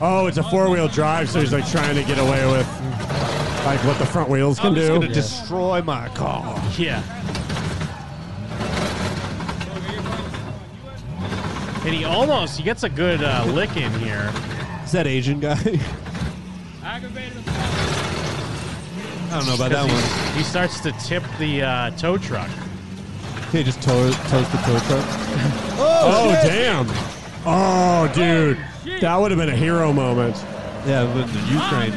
Speaker 5: Oh, it's a four wheel drive, so he's like trying to get away with like what the front wheels can
Speaker 6: Oh,
Speaker 3: I'm just
Speaker 5: do.
Speaker 3: gonna destroy my car.
Speaker 6: Yeah. And he almost he gets a good uh, lick in here.
Speaker 3: Is that Asian guy? I don't know about that
Speaker 6: 'Cause he-
Speaker 3: one.
Speaker 6: He starts to tip the uh, tow truck.
Speaker 3: He just tows, tows the tow truck.
Speaker 5: Oh, damn. Oh, dude. That would have been a hero moment.
Speaker 3: Yeah, but the Ukraine.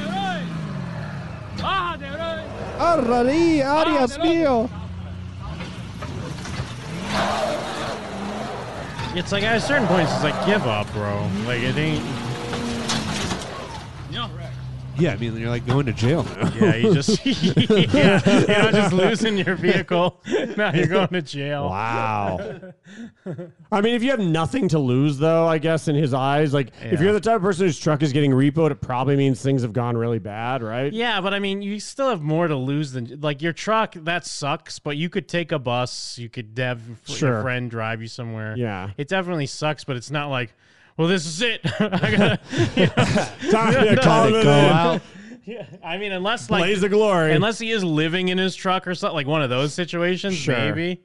Speaker 5: Arari, adios mio.
Speaker 6: It's like at a certain point, it's just like give up, bro. Like it ain't.
Speaker 3: Yeah, I mean, you're like going to jail now.
Speaker 6: Yeah, you just yeah, you're not just losing your vehicle. Now you're going to jail.
Speaker 5: Wow. I mean, if you have nothing to lose, though, I guess in his eyes, like if
Speaker 6: Yeah.
Speaker 5: you're the type of person whose truck is getting repoed, it probably means things have gone really bad, right?
Speaker 6: Yeah, but I mean, you still have more to lose than like your truck. That sucks, but you could take a bus. You could have
Speaker 5: Sure.
Speaker 6: your friend drive you somewhere.
Speaker 5: Yeah.
Speaker 6: it definitely sucks, but it's not like, well, this is it. I gotta, you know,
Speaker 5: Time to
Speaker 6: no,
Speaker 5: call
Speaker 6: no.
Speaker 5: it in.
Speaker 6: Yeah, I mean, unless like
Speaker 5: Blaze of glory.
Speaker 6: unless he is living in his truck or something like one of those situations,
Speaker 5: Sure.
Speaker 6: maybe.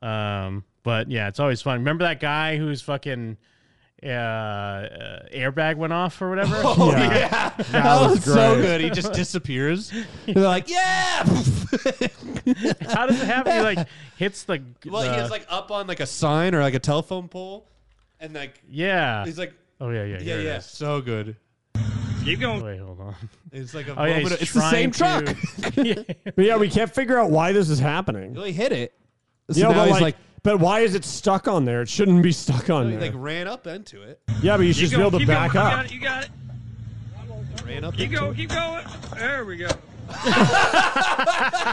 Speaker 6: Um, but yeah, it's always fun. Remember that guy whose fucking uh, uh, airbag went off or whatever?
Speaker 3: Oh, yeah. That, was, so
Speaker 6: great.
Speaker 3: good. He just disappears. They're like, yeah.
Speaker 6: How does it happen? He like hits the.
Speaker 3: well, he
Speaker 6: the-
Speaker 3: is like up on like a sign or like a telephone pole, and like
Speaker 6: Yeah.
Speaker 3: he's like,
Speaker 6: Oh yeah, yeah,
Speaker 3: yeah,
Speaker 6: here it
Speaker 3: yeah,
Speaker 6: is.
Speaker 3: so good.
Speaker 6: Keep going. Wait, hold on.
Speaker 3: It's like a
Speaker 6: Oh, yeah,
Speaker 3: moment
Speaker 6: he's
Speaker 3: of- it's the same
Speaker 6: trying
Speaker 3: truck.
Speaker 6: to-
Speaker 5: But yeah, we can't figure out why this is happening.
Speaker 3: Well, he hit it. So
Speaker 5: yeah,
Speaker 3: now
Speaker 5: but
Speaker 3: he's
Speaker 5: like,
Speaker 3: like-
Speaker 5: but why is it stuck on there? It shouldn't be stuck on
Speaker 3: He
Speaker 5: there.
Speaker 3: like ran up into it.
Speaker 5: yeah, but you should
Speaker 3: Keep
Speaker 5: just be able to
Speaker 3: going,
Speaker 5: back
Speaker 3: keep going,
Speaker 5: up.
Speaker 14: You got it.
Speaker 3: Ran up.
Speaker 14: Keep
Speaker 3: into
Speaker 14: going.
Speaker 3: it.
Speaker 14: Keep going. There we go.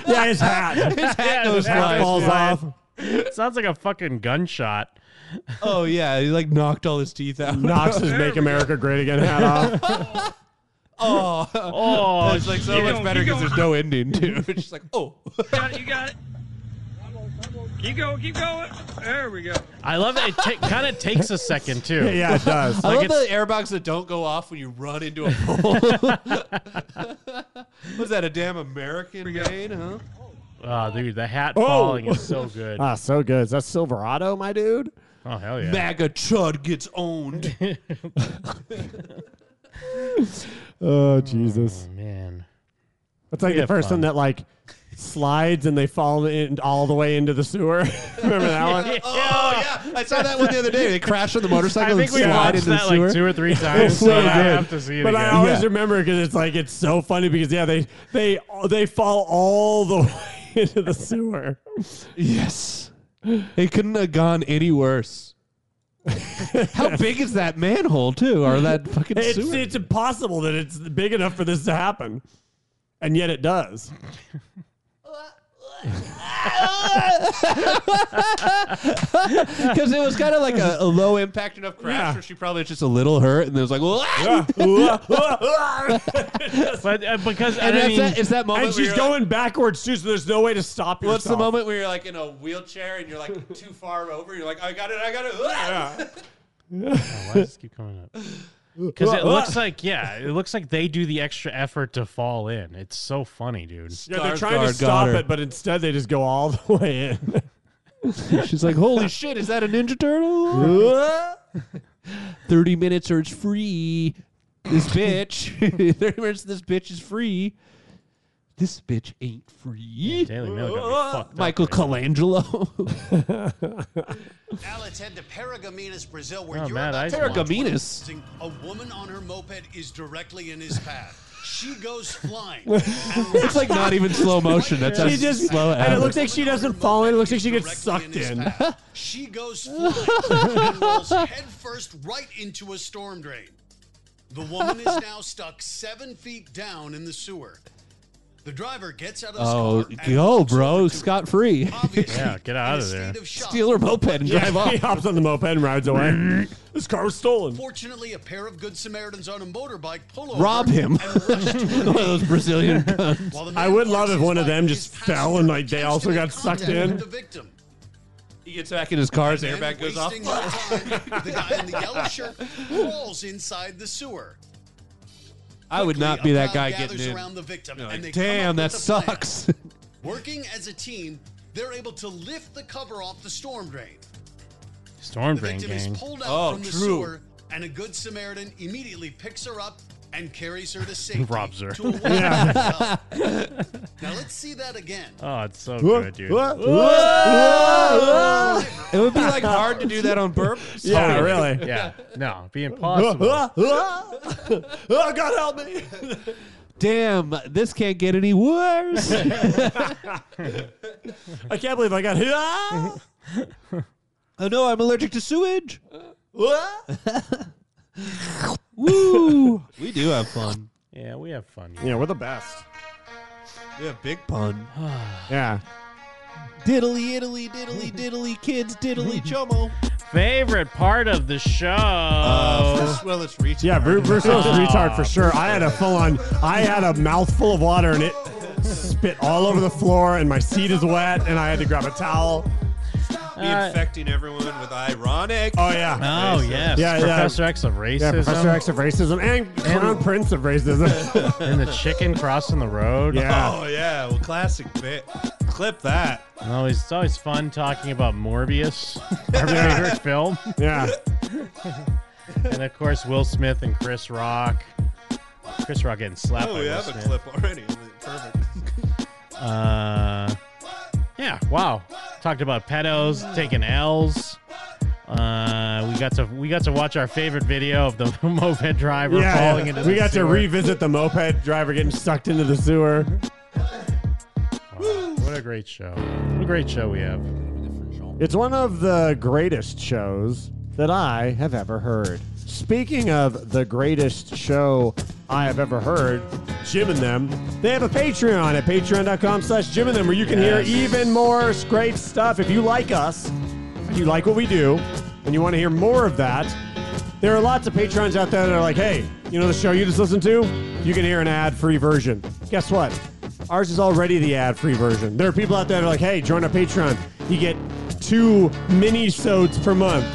Speaker 5: Yeah, his hat.
Speaker 3: His hat goes
Speaker 6: his hat
Speaker 3: flying.
Speaker 5: falls off.
Speaker 6: Sounds like a fucking gunshot.
Speaker 3: Oh yeah, he like knocked all his teeth out.
Speaker 5: Knox is Make America Great Again hat off.
Speaker 3: Oh,
Speaker 6: Oh,
Speaker 3: it's like so
Speaker 14: keep
Speaker 3: much
Speaker 14: going,
Speaker 3: better
Speaker 14: keep
Speaker 3: because there's no ending too. It's just like oh,
Speaker 14: You got it. You got it. Keep going. Keep going. There we go.
Speaker 6: I love it. It ta- kind of takes a second too.
Speaker 5: Yeah, yeah, it does.
Speaker 6: Like
Speaker 3: I love
Speaker 6: it's-
Speaker 3: the airbags that don't go off when you run into a pole. Was that a damn American made, huh?
Speaker 6: Oh, dude, the hat
Speaker 5: Oh!
Speaker 6: falling is so good.
Speaker 5: ah, so good. Is that Silverado, my dude?
Speaker 6: Oh hell yeah.
Speaker 3: MAGA chud gets owned.
Speaker 5: Oh Jesus,
Speaker 6: Man.
Speaker 5: that's like
Speaker 6: We
Speaker 5: the
Speaker 6: have
Speaker 5: person
Speaker 6: fun.
Speaker 5: that like slides and they fall in all the way into the sewer. Remember that one?
Speaker 3: Oh yeah, I saw that one the other day. They crash on the motorcycle.
Speaker 6: I think
Speaker 3: and
Speaker 6: we
Speaker 3: slide
Speaker 6: watched
Speaker 3: into the
Speaker 6: that
Speaker 3: sewer.
Speaker 6: like two or three times, so I
Speaker 5: Yeah.
Speaker 6: have to see it
Speaker 5: But
Speaker 6: again.
Speaker 5: I always
Speaker 3: Yeah.
Speaker 5: remember because it's like it's so funny because yeah, they they they fall all the way into the sewer.
Speaker 3: Yes, it couldn't have gone any worse. How big is that manhole too, or that fucking
Speaker 5: It's
Speaker 3: sewer?
Speaker 5: it's impossible that it's big enough for this to happen, and yet it does.
Speaker 3: Because it was kind of like a, a low impact enough crash
Speaker 5: Yeah.
Speaker 3: where she probably was just a little hurt, and it was like, "Wah!"
Speaker 6: but uh, because
Speaker 3: and
Speaker 6: I
Speaker 3: that's
Speaker 6: mean,
Speaker 3: that, it's that moment.
Speaker 5: and
Speaker 3: where
Speaker 5: she's
Speaker 3: you're
Speaker 5: going backwards too, so there's no way to stop
Speaker 3: Like,
Speaker 5: yourself.
Speaker 3: what's the moment where you're like in a wheelchair and you're like too far over? You're like, "I got it, I got it." Wah!"
Speaker 6: why does this keep coming up? Because it looks like yeah, it looks like they do the extra effort to fall in. It's so funny, dude.
Speaker 5: Yeah, they're
Speaker 3: Skarsgård
Speaker 5: trying
Speaker 3: got
Speaker 5: to stop
Speaker 3: her.
Speaker 5: it, but instead they just go all the way in.
Speaker 22: She's like, holy shit, is that a Ninja Turtle? 30 minutes or it's free. This bitch. 30 minutes this bitch is free. This bitch ain't free.
Speaker 6: Daily Mail got me fucked up
Speaker 22: Michael
Speaker 6: right now.
Speaker 22: Colangelo.
Speaker 23: Now let's head to Paragominas, Brazil, where
Speaker 22: Oh,
Speaker 23: you're
Speaker 22: Matt
Speaker 23: about to
Speaker 22: Eisenberg.
Speaker 23: watch
Speaker 22: Paragominas.
Speaker 23: something. A woman on her moped is directly in his path. She goes flying. And
Speaker 22: It's like not even slow motion. That's how
Speaker 5: she just
Speaker 22: slow it
Speaker 5: and it
Speaker 22: happens.
Speaker 5: looks like she doesn't fall in. It looks like she gets sucked in.
Speaker 23: she goes flying and rolls headfirst right into a storm drain. The woman is now stuck seven feet down in the sewer. The driver gets out of the
Speaker 22: Oh,
Speaker 23: car and
Speaker 22: go, bro. Scot free.
Speaker 6: Yeah, get out of there.
Speaker 22: Steal her moped and
Speaker 5: Yeah,
Speaker 22: drive off.
Speaker 5: He hops on the moped and rides away. this car was stolen.
Speaker 23: Fortunately, a pair of good Samaritans on a motorbike pull over.
Speaker 5: Rob him.
Speaker 23: and rush to
Speaker 5: One of those Brazilian
Speaker 22: guns.
Speaker 5: I would love if one of them just fell and like they also got sucked in.
Speaker 22: He gets back in his car. His
Speaker 23: And
Speaker 22: airbag goes off.
Speaker 23: wasting no time, the guy in the yellow shirt crawls inside the sewer.
Speaker 22: I would not
Speaker 23: Quickly,
Speaker 22: be
Speaker 23: a
Speaker 22: that
Speaker 23: crowd
Speaker 22: guy getting
Speaker 23: gathers
Speaker 22: in.
Speaker 23: around the victim,
Speaker 22: You're
Speaker 23: and
Speaker 22: like,
Speaker 23: they come
Speaker 22: Damn,
Speaker 23: up
Speaker 22: that
Speaker 23: with a plan."
Speaker 22: sucks.
Speaker 23: Working as a team, they're able to lift the cover off the storm drain.
Speaker 6: Storm
Speaker 23: The
Speaker 6: Drain
Speaker 23: victim is
Speaker 6: Gang.
Speaker 23: pulled out
Speaker 6: Oh,
Speaker 23: from the
Speaker 6: true.
Speaker 23: sewer, and a good Samaritan immediately picks her up and carries her to safety.
Speaker 6: Robs her.
Speaker 23: To a woman's
Speaker 6: Yeah.
Speaker 23: hotel. now let's see that again.
Speaker 6: Oh, it's so
Speaker 22: Whoa,
Speaker 6: good, dude.
Speaker 22: whoa, whoa, whoa. It would be like hard to do that on purpose.
Speaker 6: Yeah,
Speaker 22: Oh,
Speaker 6: really. Yeah. No, it'd be impossible.
Speaker 22: oh, God help me. Damn, this can't get any worse.
Speaker 5: I can't believe I got hit. Ah!
Speaker 22: oh no, I'm allergic to sewage. Woo! We do have fun.
Speaker 6: Yeah, we have fun.
Speaker 5: Yeah, we're the best.
Speaker 22: We have big pun.
Speaker 5: Yeah.
Speaker 22: Diddly, Italy, diddly, diddly, kids, diddly, chomo.
Speaker 6: Favorite part of the show.
Speaker 22: Uh,
Speaker 6: well, it's reach.
Speaker 5: Yeah, Bruce, Bruce was
Speaker 3: Ah,
Speaker 5: a retard for sure. I had a full on, I had a mouthful of water and it spit all over the floor, and my seat is wet, and I had to grab a towel.
Speaker 3: Be infecting everyone with ironic.
Speaker 5: Oh yeah.
Speaker 6: Uh, Oh yes,
Speaker 5: Yeah, yeah.
Speaker 6: Professor X of racism.
Speaker 5: Yeah, Professor X of racism and Crown Prince of racism.
Speaker 6: and the chicken crossing the road.
Speaker 5: Yeah.
Speaker 3: Oh yeah, well, classic bit. Oh, Clip that.
Speaker 6: And always, it's always fun talking about Morbius, our favorite film.
Speaker 5: Yeah.
Speaker 6: and of course, Will Smith and Chris Rock. Chris Rock getting slapped.
Speaker 3: Oh,
Speaker 6: by
Speaker 3: we
Speaker 6: Will
Speaker 3: have a
Speaker 6: Smith.
Speaker 3: clip already. Perfect.
Speaker 6: Uh, yeah. Wow. Talked about pedos taking L's. Uh, we got to we got to watch our favorite video of the moped driver falling into.
Speaker 5: we
Speaker 6: the
Speaker 5: got
Speaker 6: sewer.
Speaker 5: to revisit the moped driver getting sucked into the sewer.
Speaker 6: What a great show! What a great show we have.
Speaker 5: It's one of the greatest shows that I have ever heard. Speaking of the greatest show I have ever heard, Jim and Them, they have a Patreon at patreon.com slash Jim and Them where you can
Speaker 6: Yes.
Speaker 5: hear even more great stuff. If you like us, if you like what we do, and you want to hear more of that, there are lots of patrons out there that are like, hey, you know the show you just listened to? You can hear an ad-free version. Guess what? Ours is already the ad-free version. There are people out there that are like, hey, join our Patreon. You get two mini-sodes per month.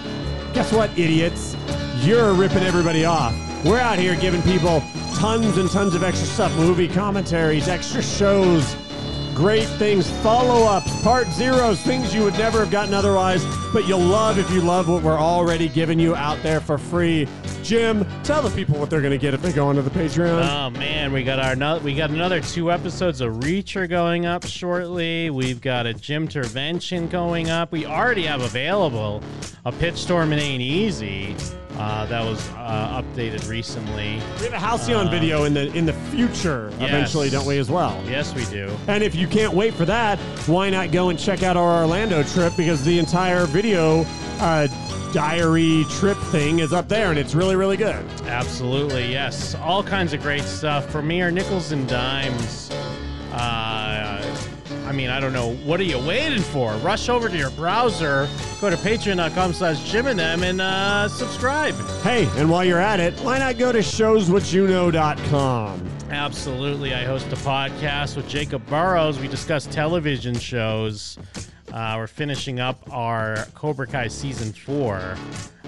Speaker 5: Guess what, idiots? You're ripping everybody off. We're out here giving people tons and tons of extra stuff, movie commentaries, extra shows, Great things, follow ups, part zeros, things you would never have gotten otherwise, but you'll love if you love what we're already giving you out there for free. Jim, tell the people what they're going to get if they go onto the Patreon.
Speaker 6: Oh man, we got our no- we got another two episodes of Reacher going up shortly. We've got a Jim Tervention going up. We already have available a Pitch Storm and Ain't Easy uh, that was uh, updated recently.
Speaker 5: we have a Halcyon
Speaker 6: Uh,
Speaker 5: video in the in the future
Speaker 6: yes.
Speaker 5: eventually, don't we, as well?
Speaker 6: Yes, we do.
Speaker 5: And if you can't wait for that, why not go and check out our Orlando trip because the entire video uh, diary trip thing is up there and it's really, really good.
Speaker 6: Absolutely, yes. All kinds of great stuff. Premier nickels and dimes. Uh, I mean, I don't know. What are you waiting for? Rush over to your browser, go to patreon.com slash Jim and them and uh, subscribe.
Speaker 5: Hey, and while you're at it, why not go to showswhatyouknow.com?
Speaker 6: Absolutely. I host a podcast with Jacob Burrows. We discuss television shows. Uh, we're finishing up our Cobra Kai season four.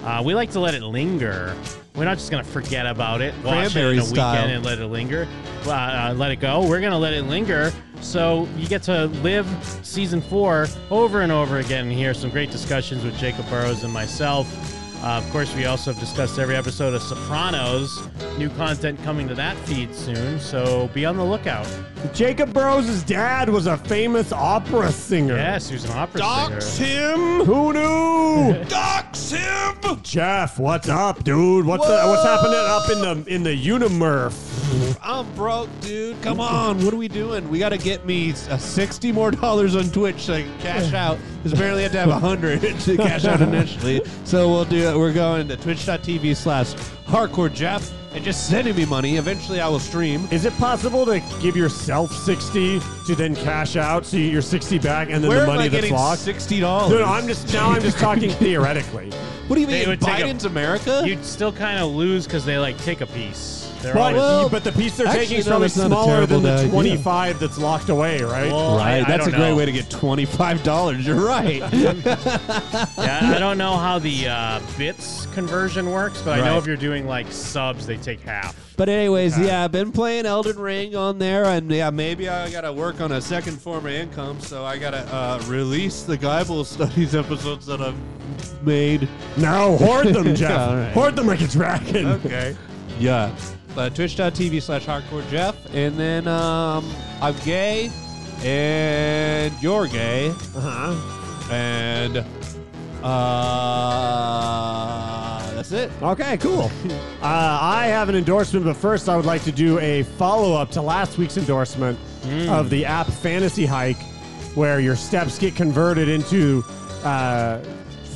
Speaker 6: Uh, we like to let it linger. We're not just going to forget about it, watch it in
Speaker 24: Cranberry
Speaker 6: a weekend,
Speaker 24: style.
Speaker 6: and let it linger, uh, uh, let it go. We're going to let it linger. So you get to live season four over and over again and hear some great discussions with Jacob Burrows and myself. Uh, of course, we also have discussed every episode of Sopranos. New content coming to that feed soon, so be on the lookout.
Speaker 5: Jacob Burrows' dad was a famous opera singer.
Speaker 6: Yes, he was an opera
Speaker 5: Dox
Speaker 6: singer.
Speaker 5: him. Who knew? Dox him. Jeff, what's up, dude? What's the, what's happening up in the in the Unimurf?
Speaker 3: I'm broke, dude. Come on. What are we doing? We got to get me s- uh, 60 more dollars on Twitch so I can cash out. Because apparently I have to have 100 to cash out initially. So we'll do it. We're going to twitch.tv slash hardcore Jeff and just sending me money. Eventually I will stream.
Speaker 5: Is it possible to give yourself sixty to then cash out so you get your sixty back and then
Speaker 3: Where
Speaker 5: the
Speaker 3: am
Speaker 5: money
Speaker 3: I
Speaker 5: that's
Speaker 3: getting
Speaker 5: locked?
Speaker 3: $60?
Speaker 5: No, no, I'm just now I'm just talking theoretically.
Speaker 3: What do you
Speaker 6: They
Speaker 3: mean?
Speaker 6: would take a-
Speaker 3: Biden's America?
Speaker 6: You'd still kind of lose because they like take a piece. They're
Speaker 5: But,
Speaker 6: always-
Speaker 5: but the piece they're
Speaker 3: Actually,
Speaker 5: taking is
Speaker 3: no,
Speaker 5: probably
Speaker 3: that's not a
Speaker 5: smaller than
Speaker 3: terrible
Speaker 5: the
Speaker 3: idea.
Speaker 5: 25 that's locked away, right?
Speaker 6: Well, I- I
Speaker 3: That's a
Speaker 6: don't
Speaker 3: great
Speaker 6: know.
Speaker 3: way to get $25. You're right.
Speaker 6: yeah, I don't know how the uh, bits conversion works, but I know
Speaker 3: Right.
Speaker 6: if you're doing like subs, they take half.
Speaker 3: But anyways, yeah, I've been playing Elden Ring on there, and yeah, maybe I gotta work on a second form of income, so I gotta uh, release the Geibel Studies episodes that I've made.
Speaker 5: No, hoard them, Jeff.
Speaker 3: Yeah, all right.
Speaker 5: Hoard them like a dragon.
Speaker 3: Okay. Yeah. Uh, Twitch.tv slash hardcore Jeff, and then um, I'm gay, and you're gay, uh-huh. and uh, that's it.
Speaker 5: Okay, cool. Uh, I have an endorsement, but first I would like to do a follow up to last week's endorsement
Speaker 6: Hmm.
Speaker 5: of the app Fantasy Hike, where your steps get converted into uh,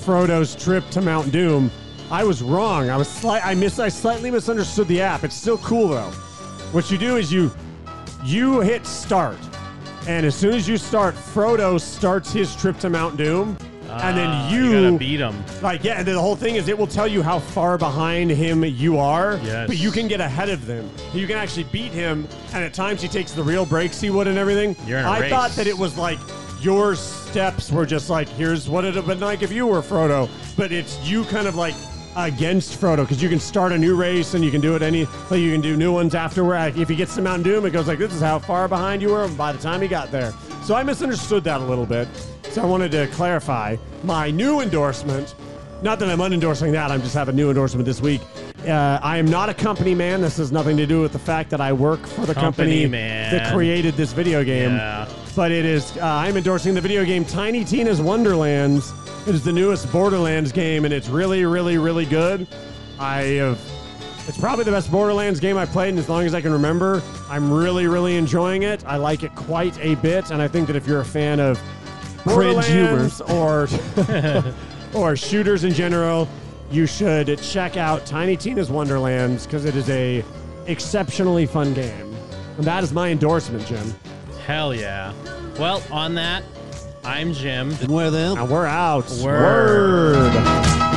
Speaker 5: Frodo's trip to Mount Doom. I was wrong. I was slight. I miss. I slightly misunderstood the app. It's still cool though. What you do is you you hit start, and as soon as you start, Frodo starts his trip to Mount Doom, and
Speaker 6: Ah,
Speaker 5: then
Speaker 6: you
Speaker 5: you,
Speaker 6: gotta beat 'em.
Speaker 5: like yeah, and then the whole thing is it will tell you how far behind him you are.
Speaker 6: Yes.
Speaker 5: But you can get ahead of them. You can actually beat him, and at times he takes the real breaks he would and everything.
Speaker 6: You're in a
Speaker 5: I
Speaker 6: race.
Speaker 5: thought that it was like your steps were just like here's what it'd have been like if you were Frodo, but it's you kind of like against Frodo because you can start a new race and you can do it any like you can do new ones afterward. Like, if he gets to Mount Doom, it goes like this is how far behind you were by the time he got there. So I misunderstood that a little bit. So I wanted to clarify my new endorsement not that I'm unendorsing that. I'm just have a new endorsement this week. Uh, I am not a company man. This has nothing to do with the fact that I work for the
Speaker 6: Company
Speaker 5: company,
Speaker 6: man.
Speaker 5: that created this video game.
Speaker 6: Yeah.
Speaker 5: But it is. Uh, I'm endorsing the video game Tiny Tina's Wonderlands. It is the newest Borderlands game, and it's really, really, really good. I have. It's probably the best Borderlands game I've played, and as long as I can remember, I'm really, really enjoying it. I like it quite a bit, and I think that if you're a fan of
Speaker 3: Cringe humor.
Speaker 5: Borderlands or or shooters in general, you should check out Tiny Tina's Wonderlands because it is a exceptionally fun game. And that is my endorsement, Jim.
Speaker 6: Hell yeah. Well, on that, I'm Jim.
Speaker 3: And where them?
Speaker 5: And we're out.
Speaker 6: Word.
Speaker 5: Word.